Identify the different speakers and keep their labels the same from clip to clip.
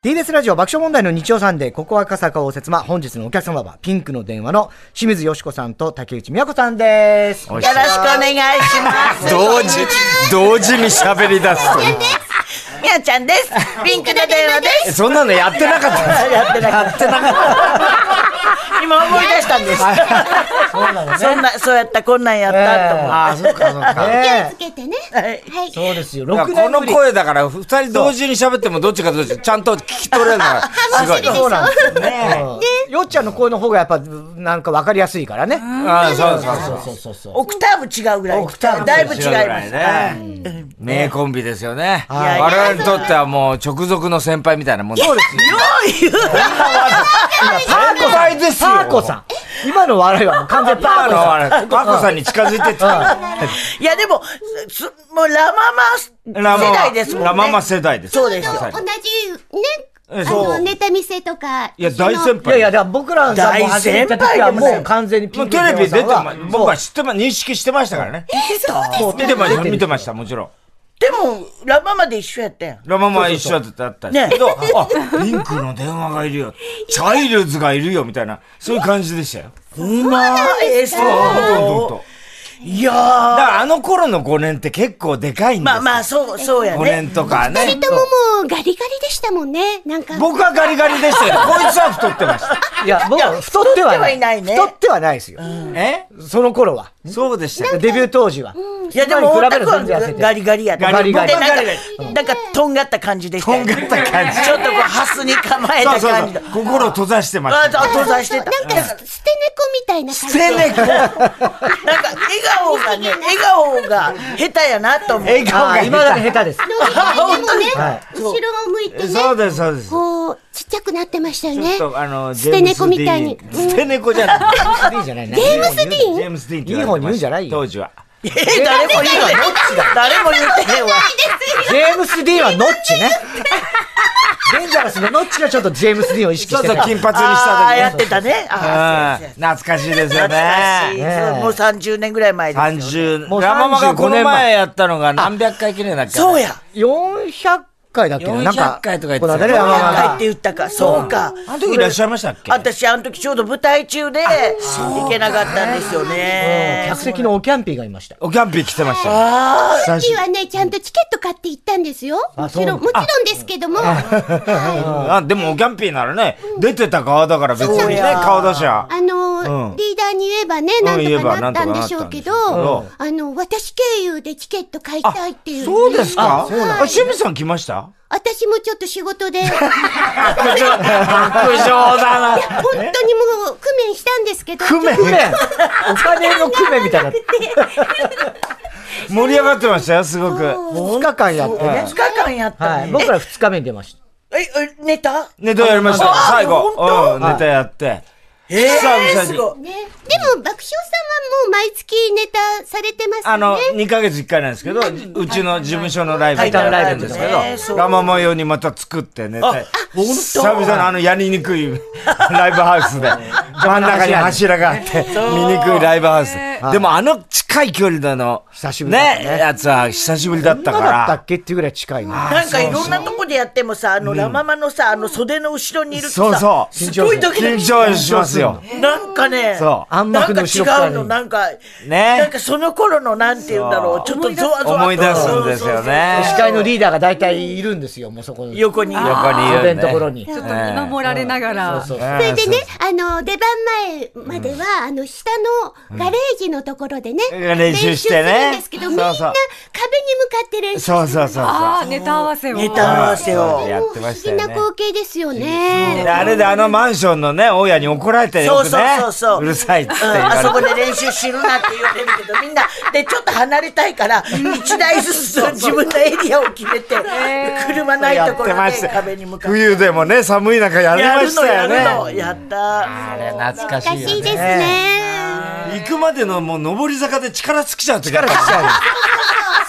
Speaker 1: TBS ラジオ爆笑問題の日曜サンデー、ここ赤坂応接間、本日のお客様は、ピンクの電話の清水よしこさんと竹内美和子さんです。
Speaker 2: おい
Speaker 3: よろしくお願いします。
Speaker 2: 同時、同時に喋り出すという。
Speaker 3: みやちゃんです。ピンクの電話です。
Speaker 2: そんなのやってなかった
Speaker 1: やってなかった。
Speaker 3: 今思い出したんです。
Speaker 1: そうなのね。
Speaker 3: そんな、そうやった、こんなんやったと思う。
Speaker 2: ああ、そっかそっか。
Speaker 1: ね
Speaker 4: つけてね。
Speaker 3: はい
Speaker 4: はい。
Speaker 1: そうですよ。
Speaker 2: いや
Speaker 1: 6
Speaker 2: こ
Speaker 1: 年
Speaker 2: の
Speaker 1: ぶり。
Speaker 2: 声だから、二人同時に喋ってもどっちかどっちかちゃんと聞き取れるから、すごい。
Speaker 1: そうなんですよね。うんよっちゃんの声の方がやっぱ、なんかわかりやすいからね。
Speaker 2: ああ、そうそうそう。
Speaker 1: そうそうそう。
Speaker 3: オクターブ違うぐらい。
Speaker 1: オクターブ
Speaker 3: だいぶ違い
Speaker 2: 後ろぐ
Speaker 3: ま
Speaker 2: ら
Speaker 3: す。
Speaker 2: ね。名コンビですよね。
Speaker 1: はい
Speaker 2: 我々にとってはもう直属の先輩みたいなもんです。そうですよ。
Speaker 1: パーコさんですよ。パーコさん。今の笑いはもう完全にパー
Speaker 2: あ
Speaker 1: コ
Speaker 2: の、
Speaker 1: さん。
Speaker 2: あれ、アコさんに近づい てった。
Speaker 3: いや、でも、すもうラ・ママ世代ですもんね。
Speaker 2: ラママ世代です。
Speaker 3: そうです
Speaker 2: まさに
Speaker 4: 同じね、あ
Speaker 2: そう
Speaker 4: の、ネタ見せとか。
Speaker 2: いや、
Speaker 1: いや
Speaker 2: 大先
Speaker 1: いや、
Speaker 2: 輩。
Speaker 1: だから僕らがもう始めた時はもう完全にピ
Speaker 2: も
Speaker 1: ン
Speaker 2: う
Speaker 1: ク
Speaker 2: テ
Speaker 1: の
Speaker 2: レビ出て
Speaker 1: 電話さん
Speaker 2: ま、僕は知ってま、認識してましたからね。
Speaker 1: そう
Speaker 2: 見てました、
Speaker 1: 出
Speaker 2: 見てました、もちろん。
Speaker 3: でも、ラ・ママで一緒やったやん。
Speaker 2: ラママ一緒だったんですけど、あ、ピンクの電話がいるよ。チャイルズがいるよ、みたいな、そういう感じでしたよ。
Speaker 3: うまい、そ
Speaker 2: ほんとほんとほん
Speaker 3: う
Speaker 2: と。
Speaker 3: いやー
Speaker 2: だからあの頃の5年って結構でかいんです
Speaker 3: ま
Speaker 2: よ。
Speaker 3: あまあ、そう、そうや
Speaker 2: 5
Speaker 3: ね
Speaker 2: 年。とか
Speaker 4: 二
Speaker 2: ね
Speaker 4: 人。とももうガリガリでしたもんね。なんか。
Speaker 2: 僕はガリガリでしたよ。こいつは太ってました。
Speaker 1: いや、僕は太ってはない。
Speaker 3: 太ってはいないね
Speaker 1: 太ってはないですよ。
Speaker 2: え
Speaker 1: その頃は。
Speaker 2: そうでしたよ。
Speaker 1: デビュー当時は。
Speaker 3: いや、でも、
Speaker 1: 比
Speaker 3: オ
Speaker 1: べ
Speaker 3: タ
Speaker 1: る
Speaker 3: ク
Speaker 1: と
Speaker 3: は
Speaker 1: 全然痩せて
Speaker 3: ガリガリやった。
Speaker 1: ガリガリ
Speaker 3: でなん
Speaker 2: ガ
Speaker 3: か
Speaker 2: リガ
Speaker 3: なんか、とんがった感じでしたよね。
Speaker 2: とんがった感じ
Speaker 3: ちょっとこう、ハスに構え
Speaker 2: そ
Speaker 3: た
Speaker 2: うそう
Speaker 3: 感
Speaker 2: そ
Speaker 3: じ
Speaker 2: う
Speaker 3: だ。。
Speaker 2: 心を閉ざしてま
Speaker 3: あ、
Speaker 2: した。
Speaker 3: あ、
Speaker 4: そう
Speaker 3: 登
Speaker 4: そう
Speaker 3: 山してた。
Speaker 4: なんか、捨て猫みたいな感じ。
Speaker 2: 捨て猫
Speaker 3: なんか、笑顔がね、笑顔が下手やなと思う。
Speaker 2: 笑顔が
Speaker 1: いまだに
Speaker 2: 下
Speaker 1: 下手 です。
Speaker 4: でもね
Speaker 1: はい、
Speaker 4: 後ろを向いて
Speaker 2: 手。
Speaker 4: ね。
Speaker 2: そうです、そうです。ち
Speaker 4: こう、ちっちゃくなってましたよね。
Speaker 2: ょっとあの、
Speaker 4: 捨て猫みたいに。
Speaker 2: ジェームズディーン
Speaker 4: うん
Speaker 2: 捨て猫じゃない。
Speaker 1: いいじゃないな。
Speaker 4: ジェームス・ディ
Speaker 2: ジェ
Speaker 4: ー
Speaker 2: ー
Speaker 4: ン
Speaker 2: ムス・ディーンって
Speaker 1: いい
Speaker 2: 言わ
Speaker 1: 方に
Speaker 2: れてまし
Speaker 1: 言
Speaker 2: た
Speaker 1: うんじゃないよ
Speaker 2: 当時は。
Speaker 3: えー誰も言うわ。誰も言ってへんわ。
Speaker 1: ジェームス・ディーンはノッチ ね。デンジャラスのノッチがちょっとジェームス・ディーンを意識
Speaker 2: そ
Speaker 1: して
Speaker 2: うそう、
Speaker 1: た。
Speaker 2: 金髪にし
Speaker 3: ああ、や
Speaker 2: た時
Speaker 3: っ
Speaker 2: ね。
Speaker 3: てたね。ああ、
Speaker 2: うん
Speaker 3: そうです
Speaker 2: 懐かしいですよ
Speaker 3: 懐かしい。
Speaker 2: ね。
Speaker 1: ね
Speaker 3: そうもう30年ぐらい前ですよ。
Speaker 2: 30、
Speaker 1: もう
Speaker 2: ラママがこ
Speaker 1: 35年
Speaker 2: の
Speaker 1: 前
Speaker 2: 前やったのが何百回記念だっけ
Speaker 3: そうや。
Speaker 1: 400回だっけななん
Speaker 2: 400回とか言ってた
Speaker 1: この間ね
Speaker 2: 400
Speaker 1: まあまあ
Speaker 3: 何
Speaker 1: ま
Speaker 3: 回
Speaker 1: あ
Speaker 3: って言ったか。そうか。
Speaker 2: あの時いらっしゃいましたっけ
Speaker 3: 私、あの時ちょうど舞台中で、行けなかったんですよね。
Speaker 1: 客席のオキャンピーがい ました。
Speaker 2: おキャンピー来てましたよ。久し
Speaker 4: 時はね、ちゃんとチケット買って行ったんですよ。もちろん、もちろんですけども。はい
Speaker 2: あでもおキャンピーならね、出てた側だから別に
Speaker 3: そう
Speaker 2: ね、
Speaker 3: や
Speaker 2: 顔出しゃ。
Speaker 4: あの、
Speaker 2: うん
Speaker 4: リーダーに言えばね、
Speaker 2: ん
Speaker 4: なん
Speaker 2: 言え
Speaker 4: と
Speaker 2: ば
Speaker 4: か
Speaker 2: な
Speaker 4: なんっ
Speaker 2: とか
Speaker 4: たん
Speaker 2: な
Speaker 4: で
Speaker 2: ったんで
Speaker 4: し
Speaker 2: しょ
Speaker 4: ょ
Speaker 2: う
Speaker 4: う
Speaker 2: け
Speaker 4: け
Speaker 2: ど
Speaker 4: ど、あの、私経由でチケット買いたいっていう、ね。
Speaker 2: そうですか
Speaker 1: そうなん
Speaker 2: あ、清水さん来ました
Speaker 4: 私もちょっと仕事で、いや
Speaker 2: 苦情だな。
Speaker 4: 本当にもう工面したんですけど、
Speaker 2: クメ
Speaker 1: クメお金のクメみたいな。
Speaker 2: 盛り上がってましたよ、すごく。
Speaker 1: 2日間やって
Speaker 3: 2
Speaker 1: ね
Speaker 3: 日。間やった
Speaker 1: は
Speaker 3: ね
Speaker 1: い。。僕ら2日目に出ました。
Speaker 3: え、え、ネタ
Speaker 2: ネタやりましたよ、
Speaker 3: あ
Speaker 2: 最後。
Speaker 3: 本当
Speaker 2: うん、ネタやって。
Speaker 3: え
Speaker 2: 久
Speaker 3: え、
Speaker 2: 々に
Speaker 3: すごい。
Speaker 4: ね、でも爆笑さんはもう毎月ネタされてますよね。
Speaker 2: あの、2ヶ月1回なんですけど、うちの事務所のライブでやってるんです
Speaker 3: はいはいはい
Speaker 2: け
Speaker 3: そ
Speaker 2: ど、
Speaker 3: う
Speaker 2: ラママ用にまた作ってネタ、
Speaker 3: 当
Speaker 2: 久々のあのやりにくい ライブハウスで、真ん中に柱があって、見にくいライブハウス。でもあの近い距離での、
Speaker 1: 久しぶりだったね
Speaker 2: やつは久しぶりだったか
Speaker 1: 今だった
Speaker 2: ら
Speaker 1: っ、けっていうぐらい近いね。
Speaker 3: なんかいろんなとこでやってもさ、あの、ラママのさ、あの袖の後ろにいると
Speaker 2: そうそ
Speaker 3: さ、
Speaker 2: う
Speaker 3: すごい時
Speaker 2: 緊
Speaker 3: 々
Speaker 2: 張しますよ。
Speaker 3: なんかね、
Speaker 2: そう
Speaker 1: 暗幕の後ろ
Speaker 3: なんか違
Speaker 1: に
Speaker 3: うの、なんか、
Speaker 2: ね
Speaker 3: なんかその頃のなんて言うんだろう、ちょっとゾワゾワと
Speaker 2: 思い出すんですよ。ね。
Speaker 1: 司会のリーダーが大体いるんですよ、もうそこに。
Speaker 3: 横に。
Speaker 2: 横にいる
Speaker 1: 袖
Speaker 2: ね
Speaker 1: のところに。
Speaker 5: ちょっと見守られながら。
Speaker 1: そうそう
Speaker 4: それでね、あの、出番前までは、あの、下のガレージのところでね、
Speaker 2: うん練習してね
Speaker 4: 練習するんですけど、
Speaker 2: そうそう
Speaker 4: みんな壁に向かって練習して
Speaker 2: そうそうそうそう。
Speaker 5: ああ、ネタ合わせを。
Speaker 3: ネタ合わせを。
Speaker 2: やってましたよ
Speaker 4: 不思議な
Speaker 2: ね。
Speaker 4: 光景ですよね。
Speaker 2: であれであのマンションのね、大家に怒られてよくね。
Speaker 3: そうそうそうそう
Speaker 2: るさいっつって
Speaker 3: うん
Speaker 2: 言われ
Speaker 3: あ
Speaker 2: て
Speaker 3: そこで練習しろなって言われるけど、みんな、で、ちょっと離れたいから、一台ずつ自分のエリアを決めて、車ないところ
Speaker 2: やってま
Speaker 3: で
Speaker 2: した
Speaker 3: 壁に向かって。
Speaker 2: 冬でもね、寒い中やり
Speaker 3: や
Speaker 2: ま
Speaker 3: る
Speaker 2: し
Speaker 3: の
Speaker 2: た
Speaker 3: やる
Speaker 2: よ
Speaker 3: の、
Speaker 2: ね。
Speaker 3: やった。
Speaker 2: あれ懐か
Speaker 4: おか
Speaker 2: しいよ
Speaker 4: しい
Speaker 2: ね。
Speaker 4: ですね。
Speaker 2: 行くまでのもう上り坂で力尽きちゃう時ある
Speaker 1: 力しちゃうよ。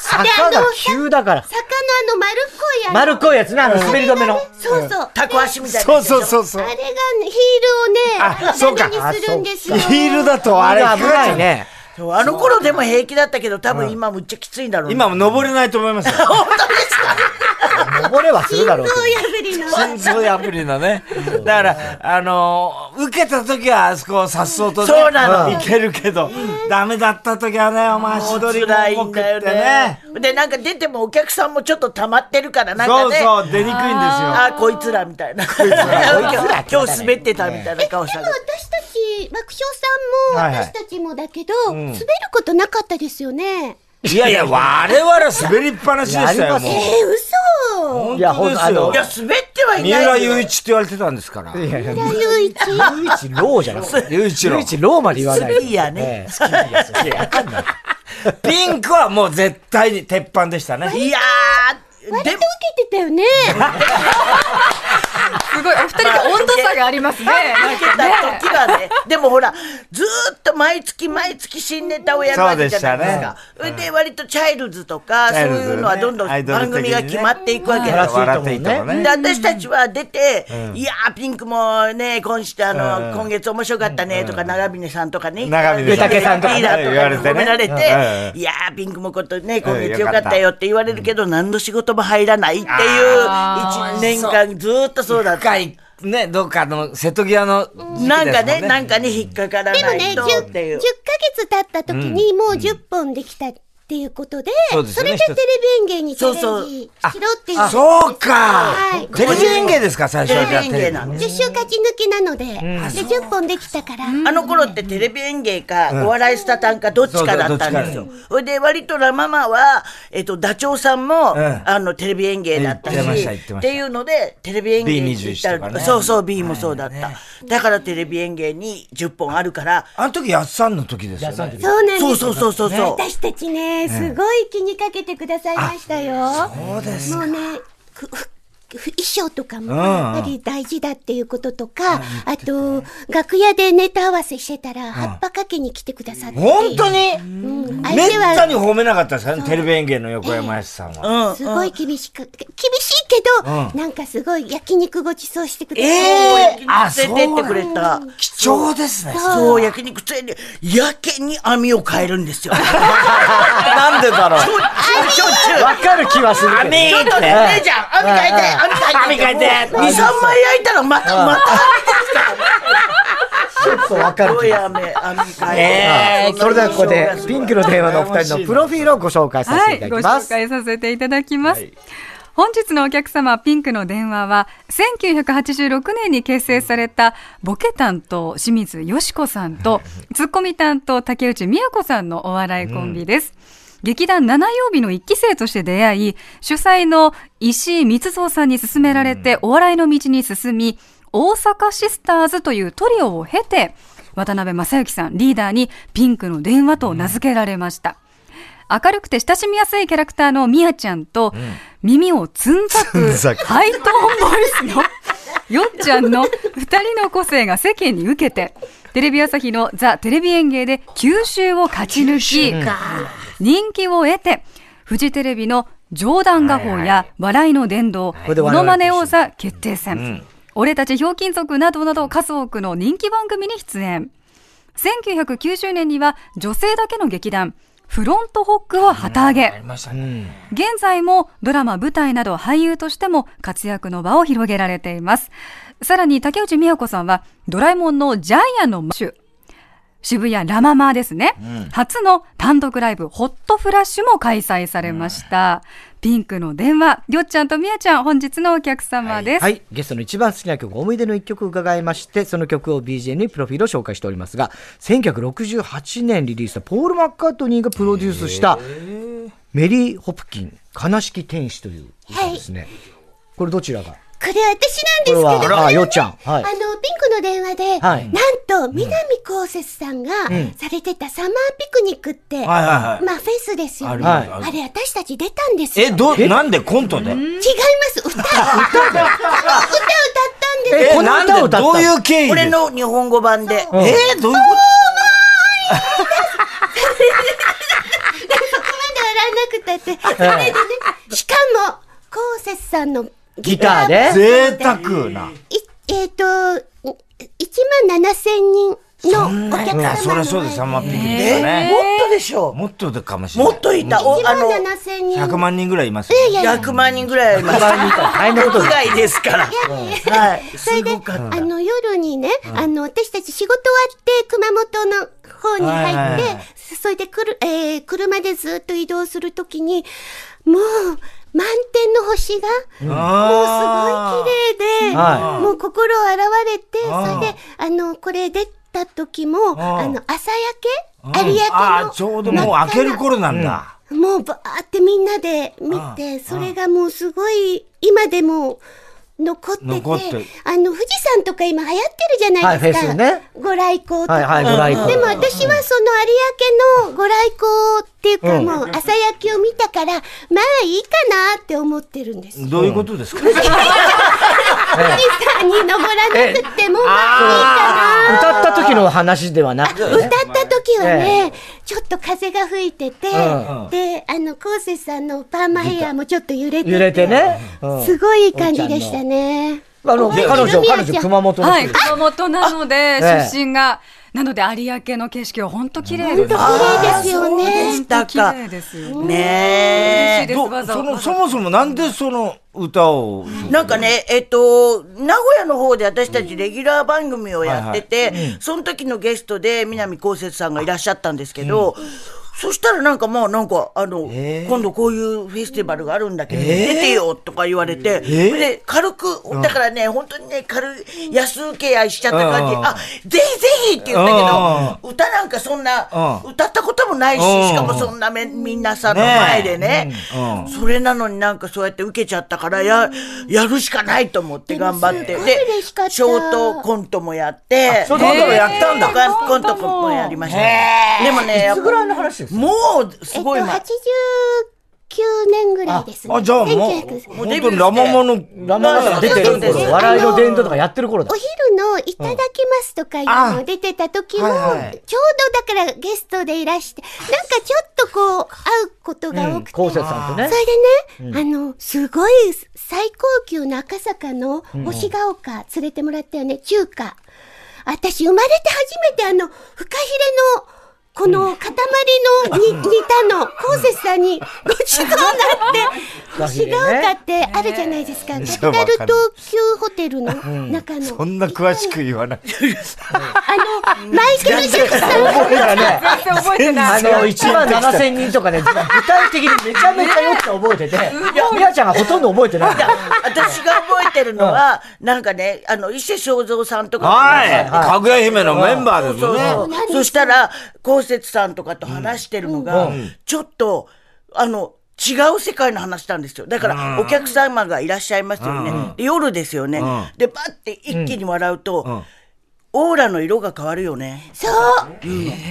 Speaker 1: 坂が急だから。
Speaker 4: 坂のあの丸っこいやつ。
Speaker 1: 丸っこいやつな、あの滑り止めの。
Speaker 4: そうそう。
Speaker 3: タコ足みたいな
Speaker 2: そ
Speaker 3: や
Speaker 2: う
Speaker 3: つでしょ。
Speaker 2: そうそうそ
Speaker 4: あ
Speaker 2: う
Speaker 4: れ。がヒールをね、
Speaker 2: あそうか
Speaker 4: 斜めにするんです
Speaker 2: ヒ
Speaker 4: よ。
Speaker 2: ールだとあれ
Speaker 1: あれ危ない。ね。
Speaker 3: そうあの頃でも平気だったけど、多分今むっちゃきついんだろうね
Speaker 2: 今も登れないと思いますよ。
Speaker 3: 本当ですか
Speaker 1: 登れはするだろうけど。
Speaker 4: ぶりの。
Speaker 2: 心臓アプリのね。だから、あのー受けた時はあそこをさっそうとね、
Speaker 3: そうなの
Speaker 2: いけるけど、ダメだった時はね、お前、足取りも
Speaker 3: 辛い
Speaker 2: 重
Speaker 3: ん
Speaker 2: くっ
Speaker 3: だよ
Speaker 2: て
Speaker 3: ね
Speaker 2: ね。。
Speaker 3: で、なんか出てもお客さんもちょっと溜まってるから、なん
Speaker 2: そ
Speaker 3: か
Speaker 2: う
Speaker 3: ね。
Speaker 2: そう、出にくいんですよ。
Speaker 3: あーこいつらみたいな。
Speaker 1: こいつら
Speaker 3: 今日滑ってたみたいな顔し
Speaker 4: で
Speaker 3: た
Speaker 4: も
Speaker 3: けど。
Speaker 4: 私たち、爆笑さ
Speaker 2: はい
Speaker 4: んも、
Speaker 2: はい
Speaker 4: 私たちもだけど、滑ることなかったですよね。
Speaker 2: いやい や、我々は滑りっぱなしでした
Speaker 1: や
Speaker 2: よ、
Speaker 1: り
Speaker 2: も
Speaker 1: ま
Speaker 2: う
Speaker 1: す。
Speaker 4: え、嘘。
Speaker 1: いや、ほんと、あの
Speaker 3: い、や、滑ってはいないよ。
Speaker 2: 三浦雄一って言われてたんですから。
Speaker 1: いやいや、
Speaker 4: 平良一。
Speaker 1: ゆういちローじゃなくて。
Speaker 2: 雄一
Speaker 1: ゆう
Speaker 2: 郎
Speaker 1: い。ちローまで言わない。
Speaker 3: スキーやね
Speaker 1: ええ。スキーや、スキーや。わかんない。
Speaker 2: ピンクはもう絶対に鉄板でしたね。
Speaker 3: いやー、
Speaker 4: 割
Speaker 3: で
Speaker 4: と
Speaker 3: も
Speaker 4: 受、けてたよね。
Speaker 5: すごい、お二人で温度差がありますね。なん
Speaker 3: 受けた
Speaker 5: かね。
Speaker 3: 時はね、でもほら、ずーっと毎月毎月新ネタをやるわけじゃないですか。それで割とチャイルズとか、
Speaker 2: チ
Speaker 3: そ
Speaker 2: ャ
Speaker 3: う
Speaker 2: イルズね
Speaker 3: いうのはどんどん
Speaker 2: アイドル的
Speaker 3: 番
Speaker 2: にね
Speaker 3: 組が決まっていくわけだ
Speaker 1: はい
Speaker 3: よ。
Speaker 2: 笑っていいとも
Speaker 3: で
Speaker 2: ね。
Speaker 3: 私たちは出て、いやー、ピンクもね、今週、あの、今月面白かったねとか、長峰さんとかね、
Speaker 2: 長峰
Speaker 1: さん
Speaker 3: リーダーとか
Speaker 2: 言われてね
Speaker 3: に褒められて、
Speaker 2: う
Speaker 3: いやー、ピンクもことね、今
Speaker 2: う
Speaker 3: 月
Speaker 2: ん
Speaker 3: よかったよって言われるけど、何の仕事も入らないっていう、
Speaker 5: あー
Speaker 3: 1年間ずーっとそうだった。
Speaker 2: 深い、ね、どっかの瀬戸際の時期ですもん、
Speaker 3: なんかね、なんかに引っかから
Speaker 4: でも
Speaker 3: な
Speaker 4: ね、
Speaker 3: い
Speaker 4: 10
Speaker 3: と
Speaker 4: ヶ
Speaker 3: っていう。
Speaker 4: 月経った時にもう10本できたっていうことで、
Speaker 2: そうです
Speaker 4: そ
Speaker 2: よ
Speaker 4: れ
Speaker 2: ね
Speaker 4: でテレビ演芸にチャレンジしろっていう。
Speaker 2: そうか
Speaker 4: はい。
Speaker 2: テレビ演芸ですか、最初
Speaker 3: テレ
Speaker 2: は。
Speaker 3: ビ演芸なんです。
Speaker 4: 10週勝ち抜きなので、で、10本できたから、
Speaker 3: あの頃ってテレビ演芸か、お笑いスタタンかどっちかだったんですよ
Speaker 2: そ。
Speaker 3: それで、割とラママは、えっと、ダチョウさんも、
Speaker 2: ん
Speaker 3: あの、テレビ演芸だったし、
Speaker 2: 言ってました言って
Speaker 3: っ
Speaker 2: ました
Speaker 3: ていうので、テレビ演芸に行った
Speaker 2: B21 とかね
Speaker 3: そうそう、B もそうだった。だからテレビ演芸に10本あるから、
Speaker 2: あの時、やっさんの時ですよね。
Speaker 4: そうなんです。
Speaker 3: そうそうそうそうそう。
Speaker 4: 私たちね、すごい気にかけてくださいましたよ。そうですもうね、くふふ衣装とかもやっぱり大事だっていうこととか、あと、楽屋でネタ合わせしてたら、葉っぱかけに来てくださって。
Speaker 2: 本当に
Speaker 4: うん
Speaker 2: め
Speaker 4: 相手
Speaker 2: った
Speaker 4: は
Speaker 2: に褒めなかったですかね、テレビ演芸の横山やすさんは。
Speaker 3: うん。
Speaker 4: すごい厳しく、厳しいけど、
Speaker 2: う
Speaker 4: なんかすごい焼肉ごちそうしてくださって。
Speaker 2: ええあ、そ
Speaker 3: 連
Speaker 2: う
Speaker 3: れてってくれた。
Speaker 2: 貴重ですね。
Speaker 3: そう、焼肉連れて、やけに網を変える んですよ。
Speaker 2: なんでだろう。
Speaker 3: しょっちゅう。
Speaker 1: わかる気はするけど。
Speaker 2: 網
Speaker 3: ちょっとね、ねえじゃん。網変えて、網変えて。
Speaker 2: 網
Speaker 3: 2、3枚焼いたらまた、また
Speaker 1: ちょっとわかる
Speaker 3: 網
Speaker 1: 気
Speaker 3: 変
Speaker 1: が
Speaker 3: えて。網変え
Speaker 2: え
Speaker 3: て。
Speaker 1: それではここで、ピンクの電話のお二人のプロフィールをご紹介させ
Speaker 5: は
Speaker 1: てい
Speaker 5: い、
Speaker 1: ただ
Speaker 5: ご
Speaker 1: きま
Speaker 5: 紹
Speaker 1: す。
Speaker 5: 介させていただきます。本日のお客様、ピンクの電話は、1986年に結成された、ボケ担当、清水よしこさんと、ツッコミ担当、竹内美也子さんのお笑いコンビです。劇団七曜日の一期生として出会い、主催の石井光蔵さんに勧められて、お笑いの道に進み、大阪シスターズというトリオを経て、渡辺正行さんリーダーにピンクの電話と名付けられました。明るくて親しみやすいキャラクターのミヤちゃんと、耳をつんざく、ハイトーンボイスの、 よっちゃんの二人の個性が世間に受けて、テレビ朝日のザ・テレビ演芸で九州を勝ち抜き、人気を得て、フジテレビの冗談画法や笑いの殿堂、
Speaker 1: こで
Speaker 5: モ
Speaker 1: 我々
Speaker 5: ノマネ王座決定戦、俺たちひょうきん族などなど数多くの人気番組に出演。1990年には女性だけの劇団、フロントホックを旗揚げ。現在もドラマ、舞台など俳優としても活躍の場を広げられています。さらに竹内美和子さんは、ドラえもんのジャイアンのマッシュ、渋谷ラママですね、初の単独ライブ、ホットフラッシュも開催されました。ピンクの電話、りょっちゃんとみやちゃん、本日のお客様です。
Speaker 1: はい、ゲストの一番好きな曲、思い出の一曲伺いまして、その曲を BGM にプロフィールを紹介しておりますが、1968年リリースしたポール・マッカートニーがプロデュースした、メリー・ホプキン、悲しき天使という歌ですね。これどちらが
Speaker 4: これ私なんですけ
Speaker 1: これ
Speaker 4: ど、
Speaker 1: は、あ、よっちゃん。は
Speaker 4: あ
Speaker 1: い
Speaker 4: の。ピンクの電話で、
Speaker 1: はい
Speaker 4: なんと南こうせつさんがされてたサマーピクニックって、
Speaker 2: はいはいはい。
Speaker 4: まあフェスですよね。
Speaker 1: はい
Speaker 4: あれ私たち出たんですよ。
Speaker 2: え、
Speaker 4: 違いま
Speaker 2: ど、なんでコントで
Speaker 4: す。歌。歌歌ったん ですよ。
Speaker 1: えこの
Speaker 2: なん
Speaker 1: 歌を歌
Speaker 2: で
Speaker 1: った
Speaker 2: どういう経緯で
Speaker 3: 俺の日本語版で。
Speaker 2: えーどういうこ
Speaker 4: そこまで笑わなくたって。それでね、しかも、こうせつさんのギター
Speaker 1: ギター
Speaker 2: と贅沢な。
Speaker 4: いえっ、と、1万7千人のお客
Speaker 2: い
Speaker 4: 様の
Speaker 2: や、そりゃそうです、3万ピンクですよね。
Speaker 3: もっとでしょ
Speaker 2: もっとでかもしれない。
Speaker 3: もっといた。おあの、
Speaker 4: 1万7000人。
Speaker 2: 100万人ぐらいいますよね。
Speaker 4: いやいや
Speaker 3: 100万人ぐらいいます。
Speaker 1: 大変なこと
Speaker 3: 国
Speaker 1: です。
Speaker 3: 外ですから。はい。
Speaker 4: それ
Speaker 3: す
Speaker 4: で、
Speaker 3: ごかった。
Speaker 4: あの、夜にね、あの、私たち仕事終わって、熊本の方に入って、
Speaker 2: はいはいは
Speaker 4: それでくる、えー車でずっと移動するときに、もう、満天の星が、もうすごい綺麗で、
Speaker 1: は
Speaker 4: もう心を洗われて、
Speaker 2: あー
Speaker 4: それで、あの、これ出た時も、
Speaker 2: あー
Speaker 4: あの、朝
Speaker 2: う
Speaker 4: 焼
Speaker 2: ん
Speaker 4: け有
Speaker 2: ああ、ち
Speaker 4: 明
Speaker 2: ょうど
Speaker 4: の
Speaker 2: もう
Speaker 4: 真っ赤な
Speaker 2: 開ける頃なんだ。
Speaker 4: もうばーってみんなで見
Speaker 2: あ
Speaker 4: て、それがもうすごい、今でも残ってて、
Speaker 2: 残って
Speaker 4: あの、富士山とか今流行ってるじゃないですか。
Speaker 1: はいフェスね
Speaker 4: ご来光とか。
Speaker 1: はいはい、ご来
Speaker 4: で
Speaker 1: 光
Speaker 4: も。私はその有明のご来光っていうか、
Speaker 1: うん
Speaker 4: もう朝焼けを見たから、まあいいかなって思ってるんです。富
Speaker 2: どういうことですか
Speaker 4: 士山に登らなくても、まあいいかな。
Speaker 1: 歌った時の話ではなくて
Speaker 4: 歌っ
Speaker 1: ね。
Speaker 4: た時はね、ちょっと風が吹いてて、
Speaker 1: ん
Speaker 4: で、あの、昴生さんのパーマヘアもちょっと揺れて
Speaker 1: 揺れてね。うん
Speaker 4: すごいいい感じでしたね。
Speaker 1: あの、彼女、彼女、熊本の
Speaker 5: はい、
Speaker 1: 人です。
Speaker 5: 熊本なので、
Speaker 1: あ
Speaker 5: 出身が、なので有明の景色は本当綺麗
Speaker 4: 本
Speaker 5: です。
Speaker 4: 当綺麗ですよ
Speaker 3: あーそう
Speaker 4: ね。
Speaker 3: でね
Speaker 5: 本当綺麗ですよね。嬉しいです、
Speaker 2: ど
Speaker 5: わざ
Speaker 2: そ
Speaker 5: わ
Speaker 2: の
Speaker 5: ざ
Speaker 2: そ。もそもなんでその歌を、
Speaker 3: え。なんかね、えっと、名古屋の方で私たちレギュラー番組をやってて、その時のゲストで南こうせつさんがいらっしゃったんですけど、そしたらなんかまあなんか、あの、今度こういうフェスティバルがあるんだけど、出てよとか言われて、で、軽く、だからね、本当にね、軽い、安請け合いしちゃった感じ、
Speaker 2: うん
Speaker 3: あ、ぜひぜひって言ったけど、歌なんかそんな、
Speaker 2: うん
Speaker 3: 歌ったこともないし、
Speaker 2: うん
Speaker 3: しかもそんなめみんなさの
Speaker 2: ねえ
Speaker 3: 前でね、
Speaker 2: うんうん
Speaker 3: それなのになんかそうやって受けちゃったからや、やるしかないと思って頑張って。
Speaker 4: でもすごい嬉しかった
Speaker 3: ショートコントもやって。
Speaker 2: ショートコントもやったんだ
Speaker 3: ショートコントもやりました。でもね、やっぱ
Speaker 1: ぐらいの話です
Speaker 3: もう、す
Speaker 4: えっ
Speaker 3: ご
Speaker 4: と、
Speaker 3: い前。
Speaker 4: 89年ぐらいですね。
Speaker 2: あじゃあもう
Speaker 4: 1900
Speaker 2: 本当にラママの
Speaker 1: ラママが出てる
Speaker 3: そうです
Speaker 1: 頃、笑いの伝道とかやってる頃だ
Speaker 4: お。昼のいただきますとかいうのを出てた時も、
Speaker 2: あはいはい
Speaker 4: ちょうどだからゲストでいらして、なんかちょっとこう、会うことが多くて。
Speaker 1: こうせつさんとね
Speaker 4: そ。れでね、あの、すごい最高級の赤坂の星ヶ丘連れてもらったよね、中華。私生まれて初めてあの、フカヒレの、この塊 のに、煮たの、コウセさんにごちそうになって、星ヶ丘ってあるじゃないですか。キタル東急ホテルの中の。
Speaker 2: そんな詳しく言わない。
Speaker 4: あの、マイケル・ジャクソン
Speaker 1: 覚えがね。
Speaker 5: 全然覚えてな
Speaker 1: あ
Speaker 5: い。
Speaker 1: の、1万7千人とかね、具体的にめちゃめちゃよくて覚えてて、いや、みやちゃんがほとんど覚えてない。
Speaker 3: いや私が覚えてるのは、なんかね、あの、伊勢正蔵さんとか。
Speaker 2: はい。かぐや姫のメンバーです
Speaker 3: そう
Speaker 2: もんね。
Speaker 3: そうそしたら、こうせつさんとかと話してるのが、ちょっと、あの、違う世界の話なんですよ。だから、お客様がいらっしゃいますよね。で夜ですよね。で、バッて一気に笑うと、
Speaker 2: ん
Speaker 3: オーラの色が変わるよね。
Speaker 4: そう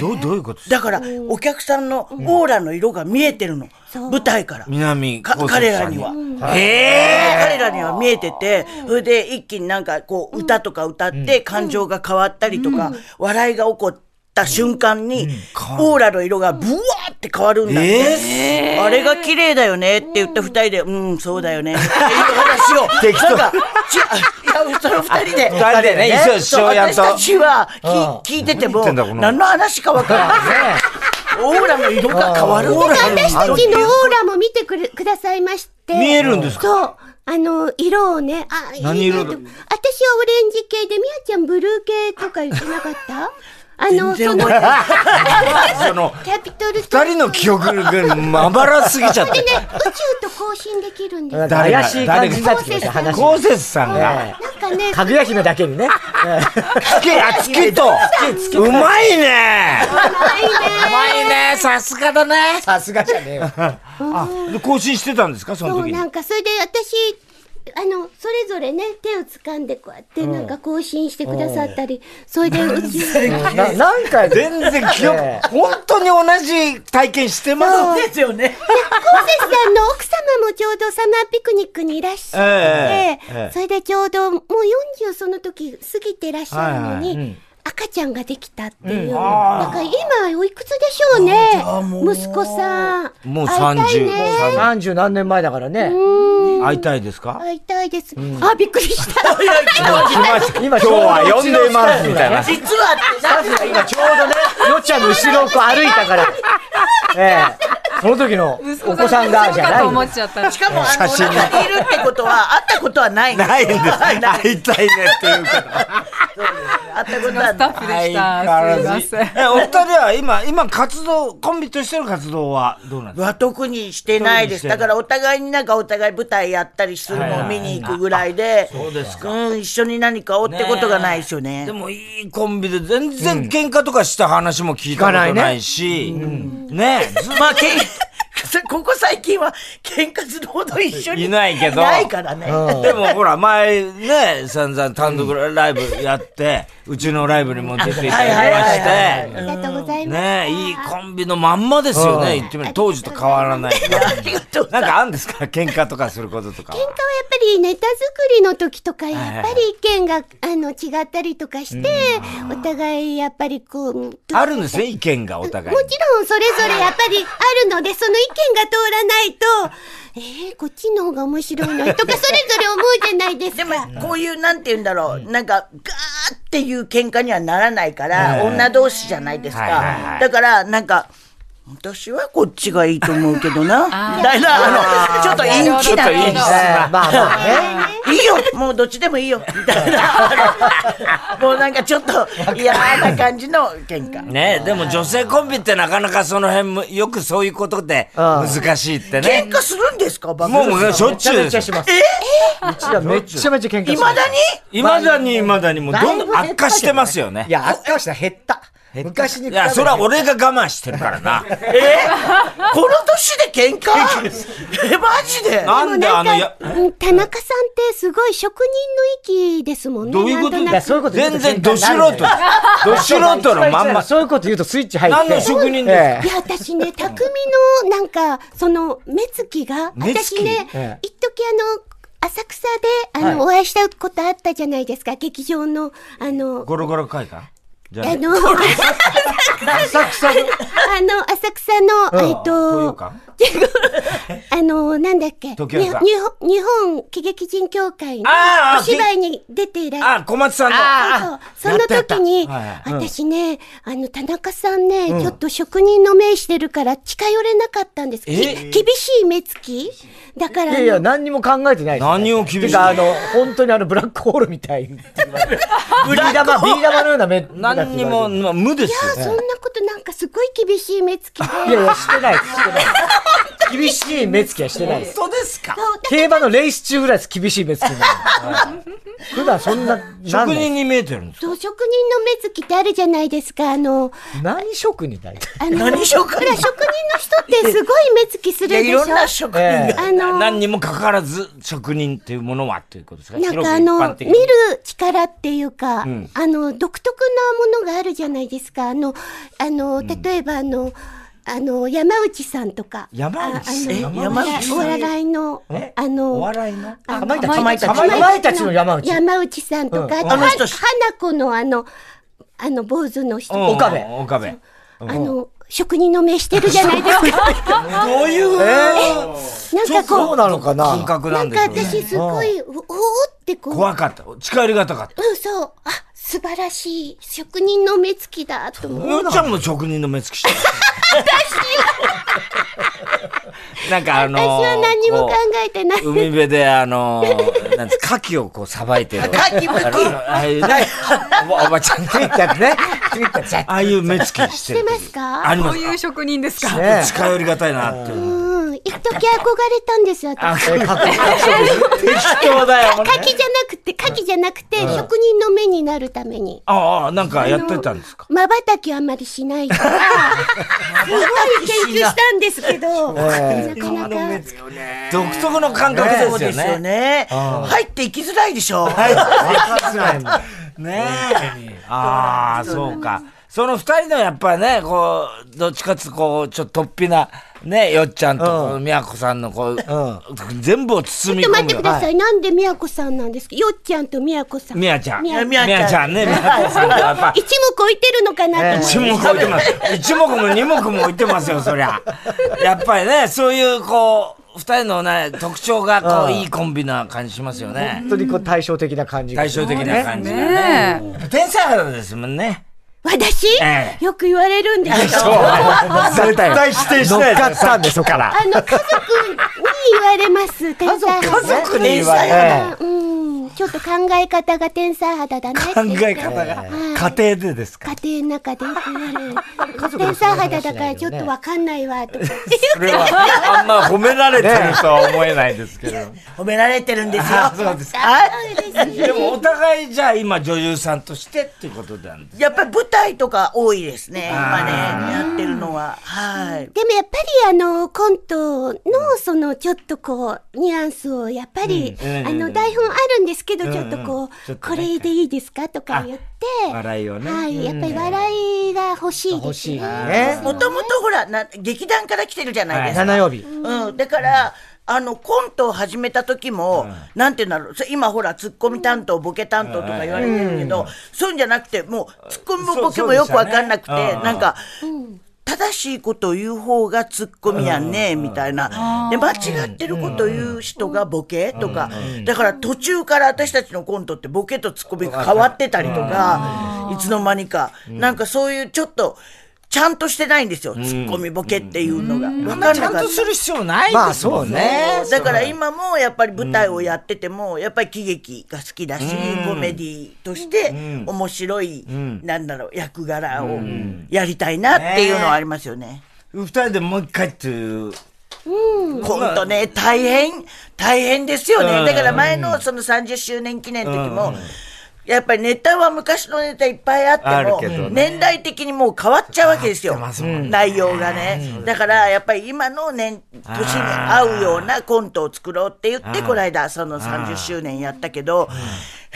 Speaker 2: どうどういうことですか
Speaker 3: だから、お客さんのオーラの色が見えてるの。舞台から。
Speaker 2: 南
Speaker 3: か
Speaker 2: こうせ
Speaker 3: 彼
Speaker 2: つ
Speaker 3: ら
Speaker 2: さん
Speaker 3: には。
Speaker 2: ええ
Speaker 3: 彼らには見えてて、それで一気になんかこう歌とか歌って感情が変わったりとか、笑いが起こった瞬間に、オーラの色がブワーって変わるんだって。あれが綺麗だよねって言った二人で、うん、そうだよねっていう話を、
Speaker 2: 適当
Speaker 3: なんか、違ういや、その二人で。
Speaker 2: 二人でね、一緒
Speaker 3: そう
Speaker 2: 一緒やっ
Speaker 3: 私
Speaker 2: と。
Speaker 3: たちは
Speaker 1: うん
Speaker 3: き聞いてて
Speaker 2: 何言っ
Speaker 3: も
Speaker 2: てんだこの
Speaker 3: 何の話かわからない オーラの色が変わるんだ
Speaker 4: 私たちのオーラも見てくれくださいまして。
Speaker 2: 見えるんですか
Speaker 4: そう。あの、色をね、あ、
Speaker 2: 何色
Speaker 4: いいねと私はオレンジ系で、みやちゃんブルー系とか言ってなかった あの、その、
Speaker 2: その、
Speaker 4: キャピトル
Speaker 2: 二人の記憶がまばらすぎちゃっ
Speaker 4: で
Speaker 2: て
Speaker 4: ね。、宇宙と交信できるんです
Speaker 1: なん
Speaker 4: よ。
Speaker 1: か怪しい感じになってきました、話
Speaker 2: こう
Speaker 1: が。
Speaker 2: せつさん
Speaker 1: え
Speaker 2: が、
Speaker 4: なんかね、
Speaker 1: かぐや姫だけにね。
Speaker 2: つけ、あ、つけと、うまいねうまいねさすがだね
Speaker 1: さすがじゃねえわ。
Speaker 2: で更新してたんですかその
Speaker 4: そう
Speaker 2: 時に
Speaker 4: な。んかそれで私あのそれぞれね手を掴んでこうやってなんか更新してくださったり、それでうち
Speaker 1: な何回
Speaker 2: 全然記憶
Speaker 1: ね、
Speaker 2: 本当に同じ体験してます。
Speaker 3: ですよね。
Speaker 4: コーセスさんの奥様もちょうどサマーピクニックにいらっしゃって、
Speaker 2: ええええ
Speaker 4: それでちょうどもう40その時過ぎてらっしゃるのに、
Speaker 1: はいはいうん
Speaker 4: 赤ちゃんができたっていう。なんか今、おいくつでしょうね。息子さん。
Speaker 2: もう
Speaker 4: 会いたいね。
Speaker 2: 30
Speaker 1: 三十何年前だからね。
Speaker 2: 会いたいですか
Speaker 4: 会いたいです。あ、びっくりした。
Speaker 1: 今
Speaker 2: 今日は呼んでますみたいな。
Speaker 3: 実はっ
Speaker 1: ス
Speaker 3: てな
Speaker 1: タッフが今ちょうどね、よっちゃんの後ろをこう歩いたから、ええ、その時のお子さんがじゃ
Speaker 5: か
Speaker 1: な
Speaker 5: と
Speaker 1: い
Speaker 5: 思
Speaker 1: の
Speaker 5: っちゃった。
Speaker 3: しかも、あ
Speaker 2: 写
Speaker 3: の、
Speaker 2: 真が
Speaker 3: 中にいるってことは、会ったことはない。
Speaker 2: ないんです。
Speaker 3: ない
Speaker 2: 会いたいねっていうから。
Speaker 3: 会ったことは
Speaker 5: ス
Speaker 3: な
Speaker 5: タ
Speaker 3: い。
Speaker 5: ッフで
Speaker 2: 相変わ
Speaker 5: した。すい
Speaker 2: ら
Speaker 5: ま
Speaker 2: ず
Speaker 5: せん。
Speaker 2: え、お二人は今、今活動、コンビとしての活動はどうなんですか
Speaker 3: は特にしてないです。
Speaker 2: 特にしてな
Speaker 3: だ
Speaker 2: い
Speaker 3: からお互いになんかお互い舞台やったりするのを見に行くぐらいで、そうですか。うん、一緒に何かをってことがないですよね
Speaker 2: で。もいいコンビで全然喧嘩とかした話も聞いたことないし、ねず
Speaker 3: まあ、けん ここ最近は喧嘩するほど一緒に
Speaker 2: いないけど
Speaker 3: ないからね。
Speaker 2: でもほら前ね、散々単独ライブやって、うちのライブにも出ていただきま
Speaker 3: はい
Speaker 4: あ
Speaker 2: して、
Speaker 4: りがとうございます。
Speaker 2: ねいいコンビのまんまですよね、言ってみれば当時と変わらない。
Speaker 3: ありがとうござ
Speaker 2: ないん
Speaker 3: ます。
Speaker 2: かあるんですか喧嘩とかすることとかは
Speaker 4: 喧嘩はやっぱりネタ作りの時とか、やっぱり意見が、あの、違ったりとかして、お互いやっぱりこう、うん
Speaker 2: あるんですね、意見がお互い
Speaker 4: も
Speaker 2: に。
Speaker 4: ちろんそれぞれやっぱりあるので、その意見が通らな いと、えー、こっちの方が面白いのにとか、それぞれ思うじゃないです
Speaker 3: で
Speaker 4: か。
Speaker 3: も、こういう、なんて言うんだろう、なんか、ガーっていう喧嘩にはならないから、女同士じゃないです
Speaker 2: はいはいは
Speaker 3: か
Speaker 2: い。
Speaker 3: だから、なんか、私はこっちがいいと思うけどな、みたいな、あの、ちょっと陰気だ
Speaker 2: ちょっと陰
Speaker 3: け
Speaker 2: 気
Speaker 1: ええ
Speaker 2: だ。
Speaker 3: ど
Speaker 1: まあまあね。
Speaker 3: いいよもうどっちでもいいよみたいな もうなんかちょっと嫌な感じの喧嘩
Speaker 2: ねでも女性コンビってなかなかその辺も、よくそういうことで難しいってね
Speaker 3: 喧。嘩するんですかバ
Speaker 2: もうしょっ
Speaker 1: め
Speaker 2: ち
Speaker 1: ち
Speaker 2: ゅ
Speaker 1: ゃ
Speaker 2: う
Speaker 1: め
Speaker 2: で
Speaker 1: ちゃ
Speaker 2: す
Speaker 1: し
Speaker 2: よ。
Speaker 1: ます。うちらめっちゃめちゃ喧嘩します。
Speaker 3: いまだに
Speaker 2: いまだにいまだにもうどんどん悪化してますよね
Speaker 1: い。や、悪化はした、減った。昔に比べ
Speaker 2: い
Speaker 1: て
Speaker 2: や、それは俺が我慢してるか らな。
Speaker 3: この年で喧嘩 えマジで
Speaker 2: なんであの、や、
Speaker 4: うん田中さんってすごい職人の域ですもんね。
Speaker 2: どういうこと
Speaker 4: なん
Speaker 1: い
Speaker 4: な
Speaker 1: や、
Speaker 4: く
Speaker 1: そういうこと言うと
Speaker 2: 全然ど素人
Speaker 1: 喧嘩になるんだよ。
Speaker 2: ど素人のまんま。
Speaker 1: そういうこと言うとスイッチ入って。
Speaker 2: 何の職人です
Speaker 1: え
Speaker 4: いや、私ね、匠の、なんか、その、目つきが、
Speaker 2: 目つき
Speaker 4: 私ね
Speaker 1: ええ、
Speaker 4: 一時あの、浅草で、あの、お会いしたことあったじゃないですか、劇場の、あの、
Speaker 2: ゴロゴロ会かじゃ
Speaker 4: あ
Speaker 2: あ、
Speaker 4: の、
Speaker 1: え浅草の
Speaker 4: あの、浅草の、えっ
Speaker 2: 東洋
Speaker 4: と、
Speaker 2: 館
Speaker 4: あの、なんだっけ、に
Speaker 2: 東
Speaker 4: 日
Speaker 2: 京
Speaker 4: 本
Speaker 2: か
Speaker 4: 日本喜劇人協会の
Speaker 2: あーあー
Speaker 4: お芝居に出ていらっしゃ
Speaker 2: あ、小松さんの。
Speaker 4: そうそうその時に、
Speaker 2: やったやった
Speaker 4: 私ね、あの、田中さんね、ちょっと職人の目してるから近寄れなかったんです。き
Speaker 2: え
Speaker 4: 厳しい目つきだから
Speaker 1: い
Speaker 4: あの、
Speaker 1: やいや、何にも考えてないですよね
Speaker 2: 何を厳しい
Speaker 1: てか、あの、本当にあの、ブラックホールみたい。ビー玉、ビー玉のような目。
Speaker 2: 何にも、まあ無です
Speaker 4: あそん
Speaker 2: よ。
Speaker 4: なことなんかすごい厳しい目つきで。
Speaker 1: いやいや、してないです、してないです。厳しい目つきはしてないです。
Speaker 2: 当ですか
Speaker 4: そうだ
Speaker 1: 競馬のレース中ぐらいです、厳しい目つきになる。普段そんな、なん
Speaker 2: 職
Speaker 1: ない
Speaker 2: 人に見えてるんですか
Speaker 4: そう職人の目つきってあるじゃないですか。あの、
Speaker 1: 何職人だい
Speaker 4: あの、
Speaker 3: 何職人
Speaker 4: ほら職人の人ってすごい目つきする
Speaker 3: いや
Speaker 4: で
Speaker 3: い
Speaker 4: しょ。
Speaker 3: ろんな職人
Speaker 1: ええ
Speaker 4: あの、
Speaker 2: 何にもかかわらず、職人っていうものはっていうことですか
Speaker 4: なん
Speaker 2: 広
Speaker 4: か
Speaker 2: く
Speaker 4: あ
Speaker 2: 一
Speaker 4: の
Speaker 2: 般、的
Speaker 4: 見
Speaker 2: に
Speaker 4: る力っていうか、あの、独特なものがあるじゃないですか。あの、あの、例えばあの、あの、山内さんとか。
Speaker 2: 山内さん
Speaker 4: ああの
Speaker 3: 山内さん
Speaker 4: お笑いの、あの、
Speaker 2: お笑いの
Speaker 1: かまいたち、
Speaker 5: か
Speaker 1: か
Speaker 5: ま
Speaker 1: ま
Speaker 5: い
Speaker 1: いたち。
Speaker 5: たち
Speaker 1: かまいたちの山内。
Speaker 4: 山内さんとか、
Speaker 1: うん
Speaker 4: あと、
Speaker 3: あの
Speaker 4: は
Speaker 3: 人
Speaker 4: 花子のあの、あの、坊主の人
Speaker 2: うん
Speaker 1: 岡部
Speaker 2: 岡部。
Speaker 4: あの、職人の目してるじゃないですか。
Speaker 2: どういう、
Speaker 4: なんかこ、
Speaker 1: そううなのかな
Speaker 2: 感覚な
Speaker 4: なんん
Speaker 2: で
Speaker 4: か
Speaker 2: しょうね。
Speaker 4: 私すごい、おおーってこう、
Speaker 2: 怖かった。近寄りがたかった。
Speaker 4: うん、そう。あ、素晴らしい。職人の目つきだ、と思う。
Speaker 2: よっちゃんも職人の目つきしてる。私は。なんかあのー、
Speaker 4: 私は何にも考
Speaker 2: こう
Speaker 4: えてない。
Speaker 2: 海辺であのー、なんですか、牡蠣をこうさばいてる。
Speaker 3: 牡蠣む
Speaker 2: あ
Speaker 3: き
Speaker 2: のああいうね、おばおばちゃ ん
Speaker 1: ついたやつね。ついたやつ。
Speaker 2: ああいう目つきして
Speaker 4: して
Speaker 2: る。
Speaker 4: ますか
Speaker 2: あり
Speaker 5: こ
Speaker 2: ま
Speaker 5: う
Speaker 2: す
Speaker 5: いう職人ですか。
Speaker 1: ね
Speaker 2: 近寄りがたいなっていうう。
Speaker 4: ん。一時憧れたんです、私。
Speaker 1: えーかっこいい
Speaker 2: 適当だよ。
Speaker 4: 牡蠣じゃなくて、牡蠣じゃなくて、職人の目になるために。
Speaker 2: ああ、なんかやってたんですか
Speaker 4: 瞬きをあんまりしない とか、すごい研究したんですけど、なかなか。
Speaker 2: 独特の感覚
Speaker 3: そう
Speaker 2: で
Speaker 3: ですす
Speaker 2: よ
Speaker 3: よ
Speaker 2: ね。
Speaker 3: ね入っていきづらいでしょ
Speaker 2: ねえ。ああ、そうか。その二人のやっぱね、こう、どっちかっつうとこう、ちょっと突飛なね、よっちゃんと、みやこさんの、こう、全部を包み
Speaker 4: ちょっと
Speaker 2: 込
Speaker 4: 待っ
Speaker 2: む
Speaker 4: て
Speaker 2: よ
Speaker 4: く。ださい。なんでみやこさんなんですかよっちゃんとみやこさん。
Speaker 2: みやちゃん。
Speaker 4: み
Speaker 2: み
Speaker 4: や
Speaker 2: や
Speaker 4: み
Speaker 3: やちゃん
Speaker 2: ちゃんね、みやこさん。やっぱ
Speaker 4: 一目置いてるのかなと思って。
Speaker 2: 一目置いてます。一目も二目も置いてますよ、そりゃ。やっぱりね、そういう、こう、二人のね、特徴が、こう、いいコンビな感じしますよね。
Speaker 1: 本当にこう対照的な感じが
Speaker 2: 対照的な感じがね。
Speaker 5: ねえ。
Speaker 2: 天才肌ですもんね。
Speaker 4: 私、
Speaker 2: ええ
Speaker 4: よく言われるんですよ。
Speaker 2: 絶対否定しない
Speaker 1: 乗っかったんで
Speaker 2: そっから。
Speaker 4: あの、家族に言わ れます。天才
Speaker 1: 家
Speaker 4: 肌。
Speaker 2: 特に言われ
Speaker 1: ええ
Speaker 4: うん。ちょっと考え方が天才肌だねって
Speaker 2: 考
Speaker 4: 言って。
Speaker 2: え方が家庭でですか
Speaker 4: 家庭の中でよく言われる。天才肌だからちょっとわかんないわ、とか。
Speaker 2: それはあんま褒められてるとは思えないですけど。
Speaker 3: 褒められてるんですよ。そうです
Speaker 2: でもお互いじゃあ今女優さんとしてっていうことなんで。
Speaker 3: やっぱり舞台とか多いですね。今ね、やってるのは。はい。
Speaker 4: でもやっぱりあの、コントのそのちょっとこう、ニュアンスをやっぱり、
Speaker 2: うん
Speaker 4: あの、台本あるんですけど、ちょっとこう、
Speaker 2: ちょっと
Speaker 4: こ
Speaker 2: ね
Speaker 4: れでいいですかとか言って、
Speaker 2: 笑いをね。
Speaker 4: はい、やっぱり笑いが欲しい
Speaker 1: 欲
Speaker 4: で
Speaker 1: し
Speaker 4: す
Speaker 1: い
Speaker 4: ね。
Speaker 1: ね
Speaker 3: もともとほらな、劇団から来てるじゃないですか。
Speaker 1: 七曜日
Speaker 3: うん、だから、あのコントを始めた時も、なんていうんだろう、そ今ほら、ツッコミ担当、ボケ担当とか言われてるけど、そういうんじゃなくて、もう、ツッコミもボケもよくわかんなくて、
Speaker 2: そうそうでしたねうん
Speaker 3: なんか、正しいことを言う方がツッコミやんね、みたいな。で、間違ってることを言う人がボケとか、だから途中から私たちのコントってボケとツッコミが変わってたりとか、いつの間にか、なんかそういうちょっと、ちゃんとしてないんですよ、ツッコミボケっていうのが。わかん
Speaker 2: ち
Speaker 3: な
Speaker 2: ゃん
Speaker 3: かった
Speaker 2: と。する必要ない
Speaker 1: ま
Speaker 2: で
Speaker 1: あ
Speaker 2: すも
Speaker 1: そうん
Speaker 2: ね。
Speaker 3: ね、だから今もやっぱり舞台をやっててもやっぱり喜劇が好きだし、コメディとして面白い、なんだろう役柄をやりたいなっていうのはありますよね。
Speaker 2: 二人でもう一回っていう。
Speaker 3: コントね大変大変ですよ
Speaker 2: うん
Speaker 3: ねだから前のその30周年記念の時も、やっぱりネタは昔のネタいっぱいあ
Speaker 2: ある
Speaker 3: っ
Speaker 2: け
Speaker 3: て
Speaker 2: どね
Speaker 3: も、年代的にもう変わっちゃうわけですよ。内容がね。だから、やっぱり今の年、年に合うようなコントを作ろうって言って、この間、その30周年やったけど、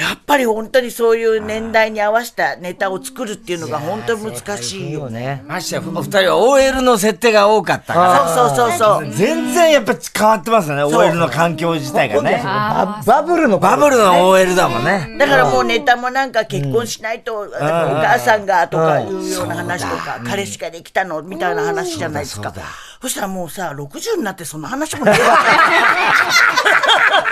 Speaker 3: やっぱり本当にそういう年代に合わせたネタを作るっていうのが本当に難しいよ。
Speaker 1: ね
Speaker 2: ましてやお二人は OL の設定が多かったか
Speaker 3: そうそうそうそう
Speaker 2: ら。。全然やっぱ変わってますよね。
Speaker 3: そう
Speaker 2: OL の環境自体がね。
Speaker 1: ババブルの
Speaker 2: バブルの OL だもんね。
Speaker 3: だからもうネタもなんか結婚しないと、あのお母さんがとかいうような話とか、彼氏ができたのみたいな話じゃないですか。そしたらもうさ、60になってそんな話もねえわ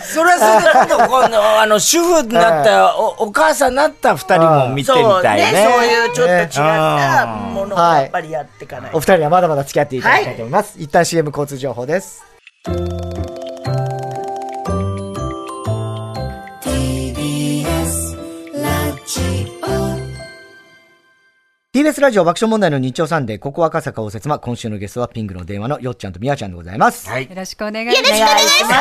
Speaker 2: それはそれで今度この、あの、主婦になった、おお母さんになった二人も見てみ
Speaker 3: そう
Speaker 2: たい
Speaker 3: ねそういうちょっと違っ
Speaker 2: ね
Speaker 3: たものをやっぱりやっていかない
Speaker 1: お二人はまだまだ付き合っていただきたいと思います、一旦 CM 交通情報です TBS ラジオ爆笑問題の日曜サンデー、ここ赤坂応接間、今週のゲストはピンクの電話のよっちゃんとみやちゃんでございます。
Speaker 2: はい。
Speaker 5: よろしくお願いします。
Speaker 3: お願いします。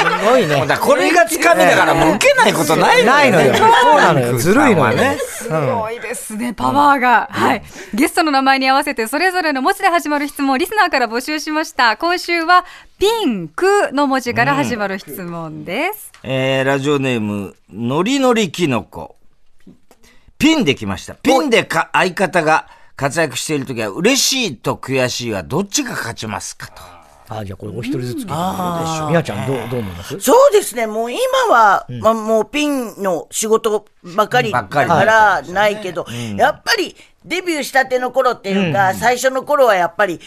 Speaker 1: あーすごいね。
Speaker 2: だからこれがつかみだからもう受けないことない
Speaker 1: ないのよ。そうなのよ。ずるいのよね。。
Speaker 5: すごいですね、パワーが、はい。ゲストの名前に合わせて、それぞれの文字で始まる質問をリスナーから募集しました。今週は、ピンクの文字から始まる質問です。
Speaker 2: えー、ラジオネーム、のりのりきのこ。ピンできました。ピンでか相方が活躍しているときは嬉しいと悔しいはどっちが勝ちますかと。
Speaker 1: あ、じゃあこれお一人ずつ聞いてことでしょ。みやちゃん、どう、どう思います
Speaker 3: そうですね、もう今は、まあ、もうピンの仕事ばかり
Speaker 2: ば
Speaker 3: だ
Speaker 2: っかり
Speaker 3: からないけど、やっぱりデビューしたての頃っていうか、最初の頃はやっぱり、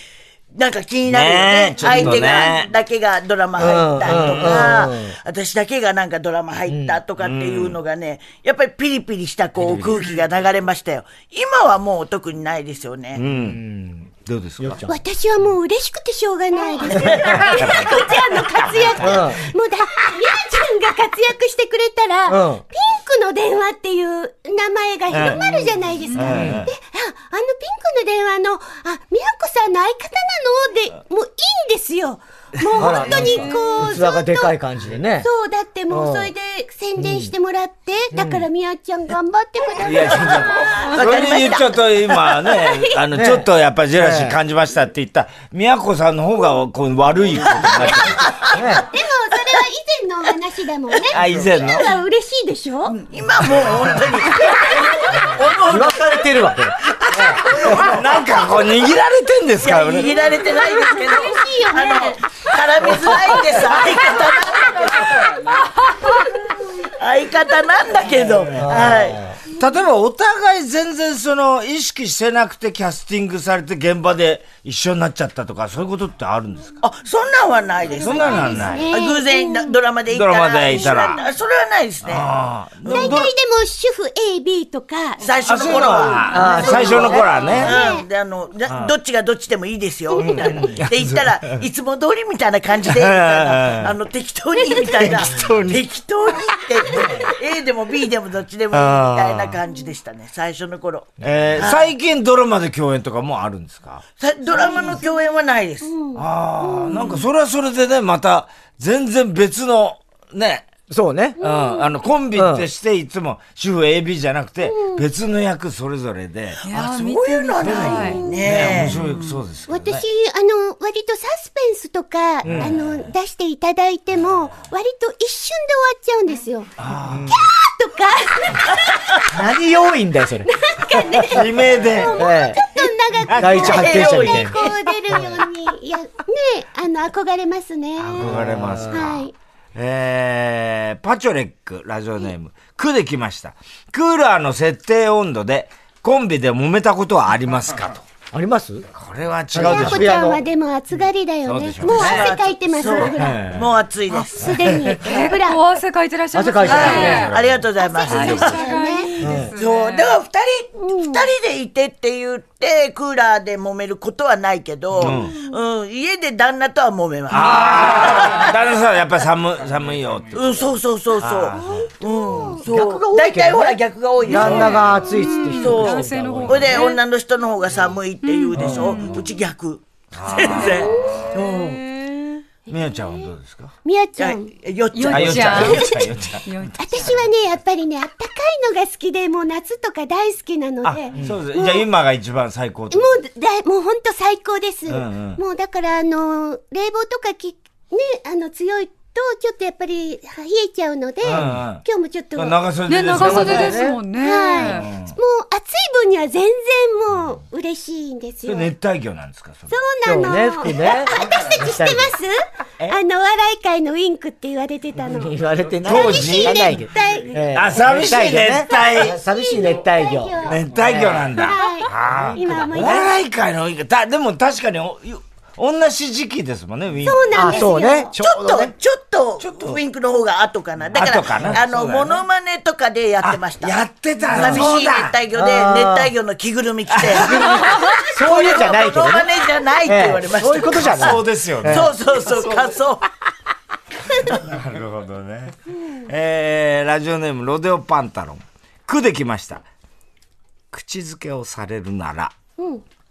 Speaker 3: なんか気になるよね。
Speaker 2: ねえちょっとね
Speaker 3: 相手が、だけがドラマ入ったとか、
Speaker 1: うんうんうんうん
Speaker 3: 私だけがなんかドラマ入ったとかっていうのがね、やっぱりピリピリしたこう空気が流れましたよ。今はもう特にないですよね。
Speaker 2: どうですか
Speaker 4: 私はもう嬉しくてしょうがない です。みやこちゃんの活躍。もうだ、みやちゃんが活躍してくれたら、
Speaker 1: うん
Speaker 4: ピンクの電話っていう名前が広まるじゃないですか。で、あ、あのピンクの電話の、あ、みやこさんの相方なので、もういいんですよ。もう
Speaker 1: あら
Speaker 4: 本当にこう、
Speaker 1: 器がでかい感じでね。
Speaker 4: そう、だっても
Speaker 1: うん
Speaker 4: うそれで宣伝してもらって、だからみやちゃん頑張ってください。
Speaker 2: いや、ちょっと、 それで言っちゃうと今ね、あの、ちょっとやっぱジェラシー感じましたって言った、宮子さんの方がこう悪いことになっちゃう
Speaker 4: でも、それは以前の話だもんね。
Speaker 2: あ、以前の。
Speaker 4: 今は嬉しいでしょ
Speaker 3: 今もう本当に。
Speaker 1: 言わされてるわ、これ。
Speaker 2: なんかこう、握られてんです
Speaker 3: いや
Speaker 2: か
Speaker 3: 握られてないですけど。
Speaker 4: 嬉しいよ
Speaker 3: あの
Speaker 4: ね。
Speaker 3: 絡みづらいんです相方なんだけど。相方なんだけど。は
Speaker 2: 例えばお互い全然その意識してなくてキャスティングされて現場で一緒になっちゃったとかそういうことってあるんですか
Speaker 3: い。あそんなんはないです。
Speaker 2: そんなのはない。
Speaker 4: ね
Speaker 3: 偶然なドラマで行ったら
Speaker 2: ドラマで行ったら
Speaker 3: 一緒だそれはないですね
Speaker 2: ああ
Speaker 4: 大体でも主婦 A、B とか、
Speaker 3: 最初
Speaker 2: あ
Speaker 3: の
Speaker 2: そういう
Speaker 3: 頃
Speaker 2: の
Speaker 3: は。
Speaker 2: は、あ最初の頃はね。
Speaker 3: うん、であのじゃどっちがどっちでもいいですよみたいな。で言ったらいつも通りみたいな感じでみたいなあの適当にみたいな適当にって A でも B でもどっちでもいいみたいな感じでしたね最初の頃
Speaker 2: えー最近ドラマで共演とかもあるんですか
Speaker 3: さドラマの共演はないです、
Speaker 2: ああ、なんかそれはそれでね、また全然別の、ね、
Speaker 1: そうね。
Speaker 2: うん、あの、コンビってして、いつも、主婦 AB じゃなくて、別の役それぞれで、
Speaker 5: いやー、見てみたい。
Speaker 2: ね、面
Speaker 3: ね
Speaker 2: 白い、そうですけどね
Speaker 4: 私、あの、割とサスペンスとか、あの、出していただいても、割と一瞬で終わっちゃうんですよ。キャーとか、
Speaker 1: 何要因だよ、それ。
Speaker 2: 悲鳴で。
Speaker 1: ええ
Speaker 4: ちょっと長く
Speaker 1: 第一発見者みたいな。
Speaker 4: こう出るように、いや、ね、あの、憧れますね。
Speaker 2: 憧れますか。
Speaker 4: はい。
Speaker 2: えー、パチョレック、ラジオネーム。区で来ました。クーラーの設定温度で、コンビで揉めたことはありますかと。
Speaker 1: あります
Speaker 2: これは違う
Speaker 4: な
Speaker 2: で
Speaker 4: こ
Speaker 2: しょ。
Speaker 4: ちゃんはでも暑がりだよね。
Speaker 2: そうでしょうね
Speaker 4: もう汗かいてます、ほら。
Speaker 3: えもう暑いです
Speaker 4: すでに。ほ
Speaker 5: 結
Speaker 4: ら、
Speaker 5: 構汗かいてらっしゃいますね。
Speaker 1: 汗かいてる
Speaker 5: ね
Speaker 1: ね
Speaker 3: ありがとうございます
Speaker 4: 汗かいちゃうね。
Speaker 3: そうだから二人二、人でいてって言ってクーラーで揉めることはないけど、うん家で旦那とは揉めます
Speaker 2: あー、旦那さんはやっぱり寒い、寒いよって。
Speaker 3: うん、そうそうそうそう。うん、そう。
Speaker 1: 逆が多いけどね
Speaker 3: 大体ほら逆が多いでしょ
Speaker 1: 旦那が暑いっつって人。
Speaker 3: そう。
Speaker 5: 男性の方
Speaker 3: ほ
Speaker 5: が
Speaker 3: いで女の人の方が寒いって言うでしょ。うち逆。全然。うん
Speaker 2: みやちゃんはどうですか
Speaker 4: みやち
Speaker 3: じゃあ
Speaker 4: ゃん。。
Speaker 3: よっちゃ
Speaker 5: よ
Speaker 2: あ、
Speaker 5: っ
Speaker 3: ん。
Speaker 2: よっちゃん、よっちゃん、よっちゃん。
Speaker 5: よい
Speaker 4: 私はね、やっぱりね、あったかいのが好きで、もう夏とか大好きなの
Speaker 2: あ
Speaker 4: で、、
Speaker 2: そうです。じゃあ今が一番最高って
Speaker 4: も
Speaker 2: こ
Speaker 4: うだい、もう本当最高です。
Speaker 2: んうん
Speaker 4: もうだから、あの、冷房とかき、ね、あの、強いと、ちょっとやっぱり冷えちゃうので、
Speaker 2: んうん
Speaker 4: 今日もちょっと、
Speaker 2: と。
Speaker 4: もう
Speaker 2: 長袖
Speaker 5: ね、
Speaker 2: です
Speaker 5: 長袖ですもんね。
Speaker 4: はい暑い分には全然もう嬉しいんです
Speaker 2: それ
Speaker 4: よ。
Speaker 2: 熱帯魚なんですかそれ
Speaker 4: そうな
Speaker 1: 今
Speaker 4: の。
Speaker 1: 日ね、服ね。
Speaker 4: 私たち知ってますあの、お笑い界のウィンクって言われてたの。
Speaker 1: 言われてない。
Speaker 2: 当時
Speaker 1: 言わないけど
Speaker 4: 絶対
Speaker 1: ええ
Speaker 2: あ寂しい熱帯
Speaker 1: 寂しい熱帯魚。
Speaker 2: 熱帯魚なんだ。
Speaker 4: はい。今思い
Speaker 2: お
Speaker 4: 出し
Speaker 2: 笑い界のいいかだでも確かにおよ同じ時期ですもんね、ウィン
Speaker 4: そうなん
Speaker 1: あ、
Speaker 4: ですよ。
Speaker 1: そうね。ち
Speaker 3: ち
Speaker 1: ょ
Speaker 3: ょ
Speaker 1: う
Speaker 3: っと
Speaker 1: どね。、
Speaker 3: ちょっと、ウィンクの方が後かな。だ
Speaker 2: 後か
Speaker 3: か
Speaker 2: な
Speaker 3: ら、あの、
Speaker 2: そうだよ
Speaker 3: モ
Speaker 2: ね
Speaker 3: ノマネとかでやってました。
Speaker 2: あやってた
Speaker 3: 寂し
Speaker 2: そう
Speaker 3: い
Speaker 2: だ
Speaker 3: 熱帯魚で、
Speaker 1: あー
Speaker 3: 熱帯魚の着ぐるみ着て。
Speaker 1: そういうのじゃないけど
Speaker 3: モ
Speaker 1: ね
Speaker 3: ノマネじゃないって言われました。
Speaker 1: ええそういうことじゃない
Speaker 2: そうですよね。
Speaker 3: そうそうそう、仮装。
Speaker 2: なるほどね。えー、ラジオネーム、ロデオパンタロン。句できました。口づけをされるなら、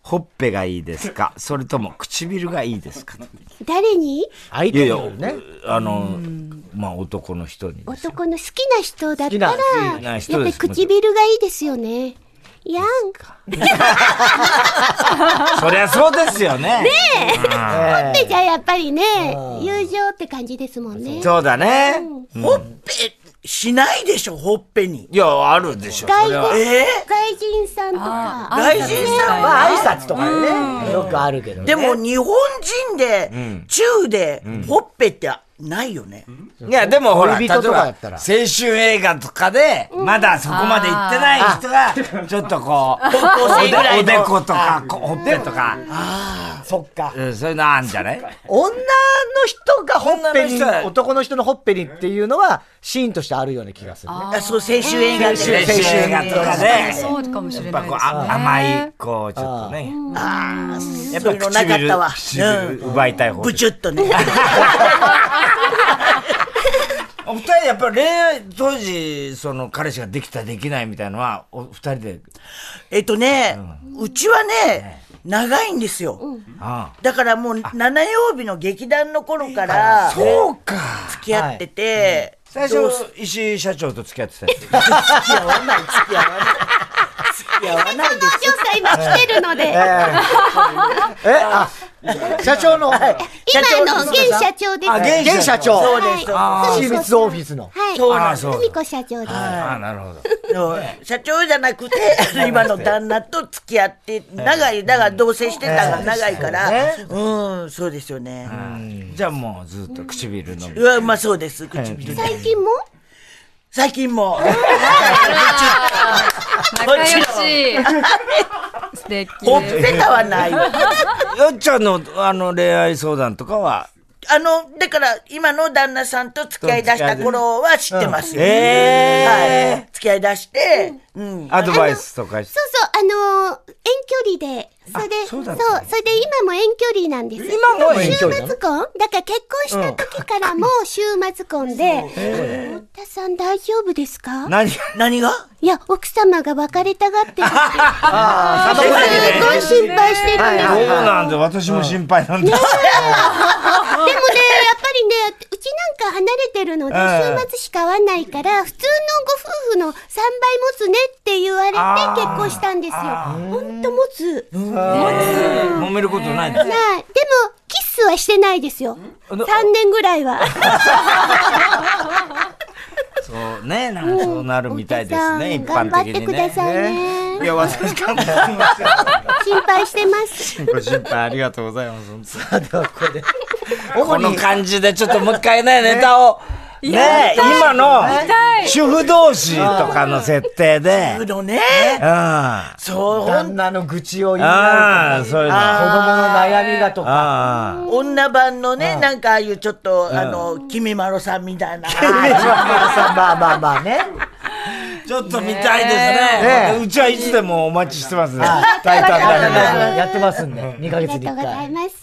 Speaker 2: ほっぺがいいですかそれとも唇がいいですか
Speaker 4: 誰に
Speaker 1: 相
Speaker 2: いやい
Speaker 1: 手
Speaker 2: や
Speaker 1: のね。、
Speaker 2: あの、まあ男の人にですよ。
Speaker 4: 男の好きな人だったら、
Speaker 1: 好きな
Speaker 4: や
Speaker 2: 好
Speaker 4: っ
Speaker 2: き
Speaker 4: ぱ
Speaker 2: な
Speaker 4: り
Speaker 2: 人です
Speaker 4: 唇がいいですよね。やん。
Speaker 2: そりゃそうですよね。ね
Speaker 4: ほっぺじゃやっぱりね、友情って感じですもんね。
Speaker 2: そうだね。
Speaker 3: ほっぺ、しないでしょ、ほっぺに。
Speaker 2: いや、あるでしょ。
Speaker 4: 外
Speaker 2: それは
Speaker 4: 人、
Speaker 3: ええ
Speaker 4: 外人さんとか。
Speaker 5: あ
Speaker 3: 外人さんは、
Speaker 1: まあ挨拶とかね、よくあるけどね。
Speaker 3: でも日本人で、中で、ほっぺってないよね。
Speaker 2: いや、でもほら、
Speaker 1: 恋
Speaker 2: 例えば、
Speaker 1: 人とかだ
Speaker 2: 青
Speaker 1: ったら
Speaker 2: 春映画とかで、まだそこまで行ってない人が、ちょっとこう、
Speaker 3: 高校生ぐら
Speaker 2: お
Speaker 3: い
Speaker 2: で
Speaker 3: の。
Speaker 2: ことか、こほっぺとか、
Speaker 1: そっか。
Speaker 2: うんそういうのあんじゃない
Speaker 1: 女の人がほっぺに、
Speaker 2: 女の人は
Speaker 1: 男の人のほっぺにっていうのは、シーンとしてあるような気がするね。
Speaker 3: あそう、青春映画
Speaker 2: 青春
Speaker 3: で。
Speaker 2: 映画とかで、や
Speaker 5: そうかもしれ
Speaker 2: っ
Speaker 5: な
Speaker 2: ぱ
Speaker 5: い
Speaker 2: こう
Speaker 5: ですね。
Speaker 2: あ、甘い、こう、ちょっとね。やっぱ
Speaker 3: そういうのなかったわ
Speaker 2: 唇
Speaker 3: うん
Speaker 2: 唇奪いたい方
Speaker 3: ぶちゅ っとね。
Speaker 2: お二人やっぱり恋愛、当時、その彼氏ができたできないみたいのは、お二人で、
Speaker 3: えっとね、うちはね、長いんですよ。
Speaker 2: あ
Speaker 3: だからもう、7曜日の劇団の頃から、付
Speaker 2: そうか。
Speaker 3: き合ってて、
Speaker 2: 最初、石井社長と付き合ってたやつあ
Speaker 3: 付き合わない、付き合わない。付き合わないです。
Speaker 4: ちょっと今来てるので、
Speaker 1: え、あ、社長の、
Speaker 4: 今の現社長です。
Speaker 2: あ現
Speaker 1: 現社長、
Speaker 3: そうです
Speaker 4: は
Speaker 1: シービスオフィスの。
Speaker 4: はい。
Speaker 3: そうなん
Speaker 2: です
Speaker 4: 久美子社長です。
Speaker 2: ああ、なるほど。
Speaker 3: 社長じゃな くて、あの今の旦那と付き合って、長い、だから同棲してたが長いから、うん、そうですよね。
Speaker 2: じゃあもうずっと唇のみ
Speaker 3: う。わ、まあそうです、唇。
Speaker 4: 最近も
Speaker 3: 最近も。
Speaker 5: 仲良し。素敵です。
Speaker 3: ほっぺたはないわ。
Speaker 2: よっちゃんの、あの、恋愛相談とかは、
Speaker 3: あの、だから、今の旦那さんと付き合い出した頃は知ってますよ。
Speaker 2: え
Speaker 3: はい。付き合い出して、うん。
Speaker 2: アドバイスとかし
Speaker 4: そうそう、あのー遠距離で、それで、そうそれで今も遠距離なんです。
Speaker 2: 今も遠距
Speaker 4: 週末
Speaker 2: 離なの
Speaker 4: 婚だから結婚した時からも週末婚で、あの太田さん大丈夫ですか
Speaker 2: 何が
Speaker 3: 何が
Speaker 4: いや、奥様が別れたが ってるって、
Speaker 1: あ
Speaker 4: すごい心配してるんですよ。
Speaker 2: そうなんで、私も心配なんだ。
Speaker 4: でもね、やっぱりね、うちなんか離れてるので、
Speaker 2: うん
Speaker 4: 週末しか会わないから、普通のご夫婦の3倍持つねって言われて
Speaker 2: あー
Speaker 4: 結婚したんですよ。ほんと持つ。ない。でも、
Speaker 2: 揉めることないんだ。
Speaker 4: キスはしてないですよ。3年ぐらいは。
Speaker 2: そうね、なんかそうなるみたいですね、
Speaker 4: お
Speaker 2: 一
Speaker 4: 父さん
Speaker 2: 般
Speaker 4: 頑張っ
Speaker 2: 的
Speaker 4: て
Speaker 2: に
Speaker 4: くだ
Speaker 2: ね。
Speaker 4: さい
Speaker 2: い
Speaker 4: ね。
Speaker 2: や、私からも
Speaker 4: 心配してます。
Speaker 2: ご心配ありがとうございます本当に。
Speaker 1: 主
Speaker 2: この
Speaker 1: に、
Speaker 2: 感じでちょっともう一回ね、ネタを。ね
Speaker 5: やりたい
Speaker 2: 今の
Speaker 5: やりたい
Speaker 2: 主婦同士とかの設定で。
Speaker 3: うのね。
Speaker 2: うん。あ
Speaker 3: そう、ほん
Speaker 1: 旦那の愚痴を言い合う
Speaker 2: あ、そういうの。
Speaker 1: と
Speaker 2: あ
Speaker 1: か、子供の悩みがとか。
Speaker 2: あ。
Speaker 3: 女版のね、なんかああいうちょっと、あの、君まろさんみたいな。
Speaker 1: まあまあまあね。
Speaker 2: ちょっと見たいですね。
Speaker 1: ね
Speaker 2: うちはいつでもお待ちしてますね。大胆
Speaker 1: 大
Speaker 2: だ
Speaker 1: 丈夫やってますんで、2ヶ
Speaker 4: あり
Speaker 1: 月
Speaker 4: がと
Speaker 1: に1
Speaker 4: うござい
Speaker 1: 回。
Speaker 4: ます。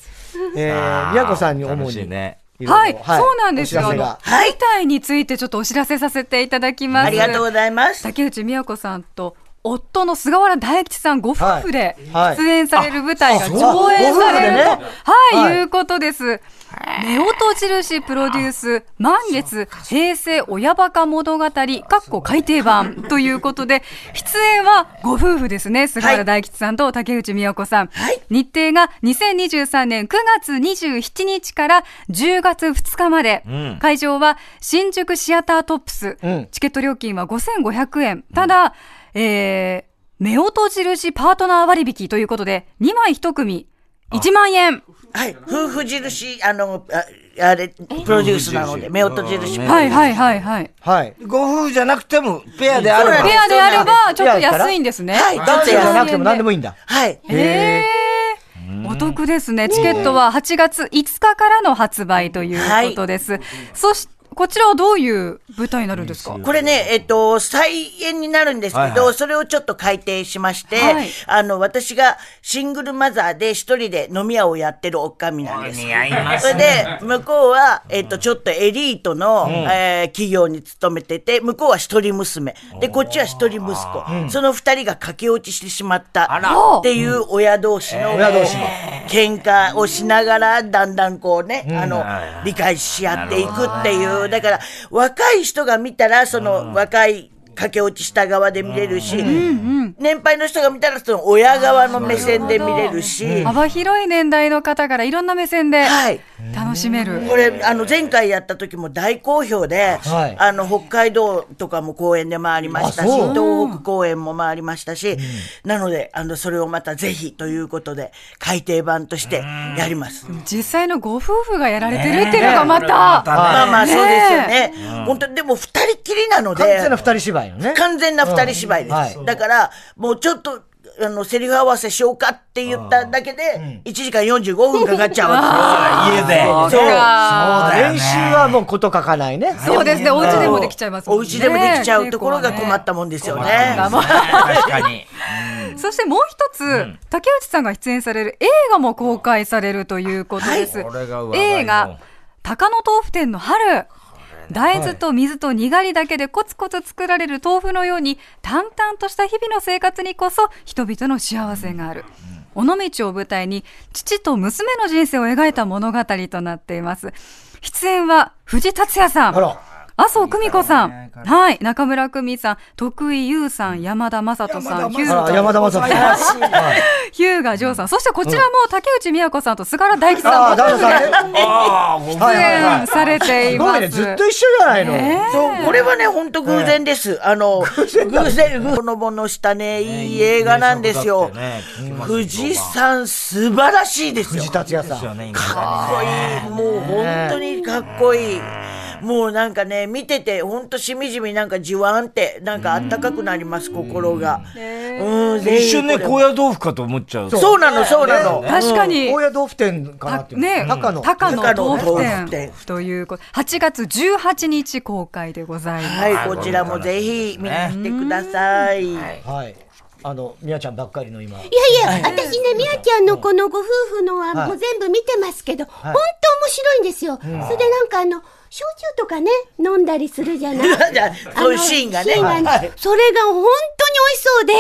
Speaker 1: えー、宮子さんに主
Speaker 2: 楽しい
Speaker 1: に。
Speaker 2: ね。
Speaker 1: いろいろ
Speaker 5: はい、そうなんですよ。
Speaker 1: お
Speaker 5: あ
Speaker 1: 知らせ
Speaker 5: の、
Speaker 1: が
Speaker 5: 舞台についてちょっとお知らせさせていただきます。
Speaker 3: ありがとうございます。
Speaker 5: 竹内美代子さんと夫の菅原大吉さんご夫婦で
Speaker 1: はい
Speaker 5: 出演される舞台が
Speaker 1: あそう
Speaker 5: 上演されると、
Speaker 1: ご
Speaker 5: は
Speaker 1: 夫婦でね
Speaker 5: い、
Speaker 1: はい
Speaker 5: い、うことです。ネオト印プロデュース、満月、平成親バカ物語、かっこ改訂版ということで、出演はご夫婦ですね。菅原大吉さんと竹内美代子さん。
Speaker 3: はい
Speaker 5: 日程が2023年9月27日から10月2日まで。会場は新宿シアタートップス。
Speaker 1: ん
Speaker 5: チケット料金は5500円。ただ、えー、夫婦印パートナー割引ということで、2枚1組、1万円。
Speaker 3: はい。夫婦印、あの、ああれ、プロデュースなので、夫婦印。
Speaker 5: はいはいはいはい。
Speaker 1: はい。
Speaker 2: ご夫婦じゃなくても、ペアであれば。
Speaker 5: ペアであれば、ちょっと安いんですね。
Speaker 3: はい
Speaker 1: 男女じゃなくても何でもいいんだ。
Speaker 3: はい。
Speaker 5: へーお得ですね。チケットは8月5日からの発売ということです。そし、こちらはどういう舞台になるんですか
Speaker 3: これね、えっと、再演になるんですけど、
Speaker 2: はいはい
Speaker 3: それをちょっと改訂しまして、
Speaker 5: はい
Speaker 3: あの、私がシングルマザーで一人で飲み屋をやってるおっかみなんです。
Speaker 2: 似合いま
Speaker 3: それで、向こうは、えっと、ちょっとエリートの、えー企業に勤めてて、向こうは一人娘。で、こっちは一人息子。その二人が駆け落ちしてしまった。っていう親同士の、
Speaker 1: 親同士の
Speaker 3: 喧嘩をしながら、だんだんこうね、あの、理解し合っていくっていう、だから、若い人が見たら、その、若い、駆け落ちした側で見れるし、年配の人が見たら、その親側の目線で見れるし、
Speaker 5: 幅広い年代の方からいろんな目線で
Speaker 3: はい。
Speaker 5: 楽しめる。
Speaker 3: これ、あの、前回やった時も大好評で、
Speaker 1: はい
Speaker 3: あの、北海道とかも公演で回りましたし、
Speaker 1: あそう
Speaker 3: 東北公演も回りましたし、なので、あの、それをまたぜひということで、改訂版としてやります。
Speaker 5: 実際のご夫婦がやられてるっていうのがまた、
Speaker 3: まあまあ、
Speaker 5: ね
Speaker 3: そうですよね。本当にでも、二人きりなので、
Speaker 1: 完全な二人芝居のね。
Speaker 3: 完全な二人芝居です。
Speaker 1: うんはい
Speaker 3: だから、もうちょっと、あの、セリフ合わせしようかって言っただけで、1時間45分かかっちゃうわ
Speaker 2: 家で。
Speaker 5: そうか
Speaker 2: そうだよね
Speaker 1: 練習はもうこと書かないね。
Speaker 5: そうですね。お家でもできちゃいま
Speaker 3: け
Speaker 5: す
Speaker 3: で
Speaker 5: も
Speaker 3: お
Speaker 5: んね。
Speaker 3: 家でもできちゃうところが困っ
Speaker 5: 結
Speaker 3: たもんですよね。
Speaker 2: 確かに。
Speaker 5: 構ねそしてもう一つ、竹内さんが出演される映画も公開されるということです。
Speaker 2: これが上手いよ
Speaker 5: 映画、鷹の豆腐店の春。大豆と水とにがりだけでコツコツ作られる豆腐のように淡々とした日々の生活にこそ人々の幸せがある。尾道を舞台に父と娘の人生を描いた物語となっています。出演は藤竜也さん
Speaker 1: あら。
Speaker 5: 麻生久美子さん、はい、中村久美さん、徳井優さん、山田雅人さん、ヒュ
Speaker 1: あら
Speaker 5: ー
Speaker 1: 山田正人さん。
Speaker 5: ヒューガジョーさん、そしてこちらも竹内美和子さんと菅原大樹
Speaker 1: ああ、
Speaker 5: さんも
Speaker 1: ダムさんね。
Speaker 2: ああ、ごめん
Speaker 5: 出演されて
Speaker 1: す
Speaker 5: い
Speaker 1: ご
Speaker 5: ま
Speaker 1: いね。
Speaker 5: す。
Speaker 1: ずっと一緒じゃないの。
Speaker 3: そう、これはね、本当偶然です。あの、偶然、ほのぼのしたね、いい映画なんですよ。富士山素晴らしいですよ。
Speaker 1: 藤達也さん。
Speaker 3: かっこいい。もう本当にかっこいい。もうなんかね、見てて、ほんとしみじみなんかじわんって、なんかあったかくなります、心が。うん、ぜ
Speaker 2: 一
Speaker 3: ひ
Speaker 2: 瞬ね、
Speaker 3: こ
Speaker 2: 高野豆腐かと思っちゃう。
Speaker 3: れそうなの、そうなの。
Speaker 5: 確かに。
Speaker 1: 高野豆腐店かなっていう。
Speaker 5: ね、
Speaker 1: 高野。
Speaker 5: 高野豆腐
Speaker 3: 高野豆腐
Speaker 5: 店
Speaker 3: 店
Speaker 5: ということ、8月18日公開でございます。
Speaker 3: はい、こちらもぜひ見に来てください。
Speaker 1: はい。あの、みやちゃんばっかりの今。
Speaker 4: いやいや、私ね、みやちゃんのこのご夫婦のはもう全部見てますけど、本当面白いんですよ。それでなんかあの、焼酎とかね、飲んだりするじゃない。
Speaker 3: じゃあそういうシーンがね。
Speaker 4: あのシーンが
Speaker 3: はい
Speaker 4: それが本当に美味しそうで、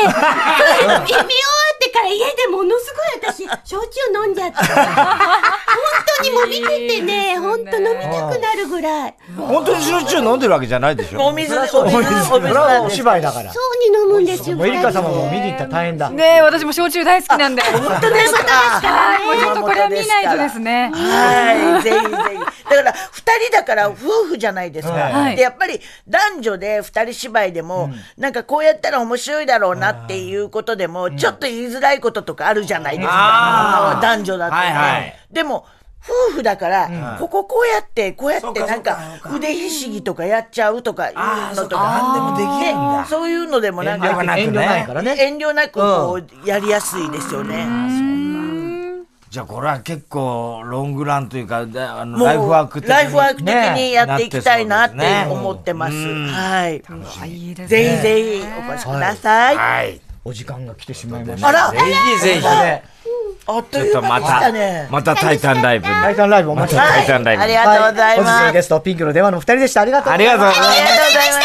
Speaker 4: それ見見終わってから家でものすごい私、焼酎飲んじゃって。本当にもう見ててね、本当飲みたくなるぐらい。
Speaker 2: 本当に焼酎飲んでるわけじゃないでし
Speaker 3: お
Speaker 2: ょ。
Speaker 3: 水、お水、お
Speaker 1: それ
Speaker 3: 水
Speaker 1: は
Speaker 3: なん
Speaker 1: お
Speaker 3: です。
Speaker 1: 芝居だから。
Speaker 4: そうに飲むんですよ。
Speaker 1: もうエリカ様も見
Speaker 4: 二人で
Speaker 1: に行ったら大変だ。
Speaker 5: ね私も焼酎大好きなんで。
Speaker 3: 本当ですか。
Speaker 5: はい、もうちょっとこれは見ないとですね。
Speaker 3: はい、ぜひぜひ。だから、二人だから夫婦じゃないですか。
Speaker 5: はい
Speaker 3: で、やっぱり男女で二人芝居でも、なんかこうやったら面白いだろうなっていうことでも、ちょっと言いづらいこととかあるじゃないです
Speaker 2: あ
Speaker 3: か
Speaker 2: ー。
Speaker 3: 男女だとね。
Speaker 2: はいはい
Speaker 3: でも、夫婦だから、こここうやって、こうやって、なんか腕ひしぎとかやっちゃうとかいうのとか。
Speaker 2: 何でもできるんだ
Speaker 3: ね。そういうのでもなん
Speaker 1: 遠慮
Speaker 3: か、
Speaker 1: なくね遠慮ないからね。
Speaker 3: 遠慮なくこう、やりやすいですよね。
Speaker 2: じゃあこれは結構ロングランというか、であの
Speaker 3: もう
Speaker 2: ライフワーク的に。
Speaker 3: ライフワーク的にやっていきたいな
Speaker 2: な
Speaker 3: っ
Speaker 2: ってそうです
Speaker 3: て
Speaker 2: ね
Speaker 3: 思ってます。はい。
Speaker 5: あいいですね。
Speaker 3: ぜひぜひお越しください。
Speaker 2: はい。
Speaker 1: お時間が来てしまいまし
Speaker 3: あ
Speaker 1: た。
Speaker 3: ら、
Speaker 2: ぜひぜひ。ち
Speaker 1: ね
Speaker 3: あっと
Speaker 2: ょっ
Speaker 3: いう
Speaker 2: と
Speaker 3: 間
Speaker 2: ま
Speaker 3: でした
Speaker 2: た
Speaker 3: ね、。
Speaker 2: またタイタンライブに。
Speaker 1: タイタンライブお待ちして
Speaker 2: ま
Speaker 1: ま
Speaker 2: た
Speaker 1: す。
Speaker 2: タイタンライブ。
Speaker 3: はいあり
Speaker 1: は
Speaker 3: がとうござい
Speaker 1: 本
Speaker 3: ま
Speaker 1: 日の
Speaker 3: す。
Speaker 1: ゲスト、ピンクの電話のお二人でした。ありがとうございました
Speaker 2: ありがとうございます。
Speaker 3: ありがとうございました。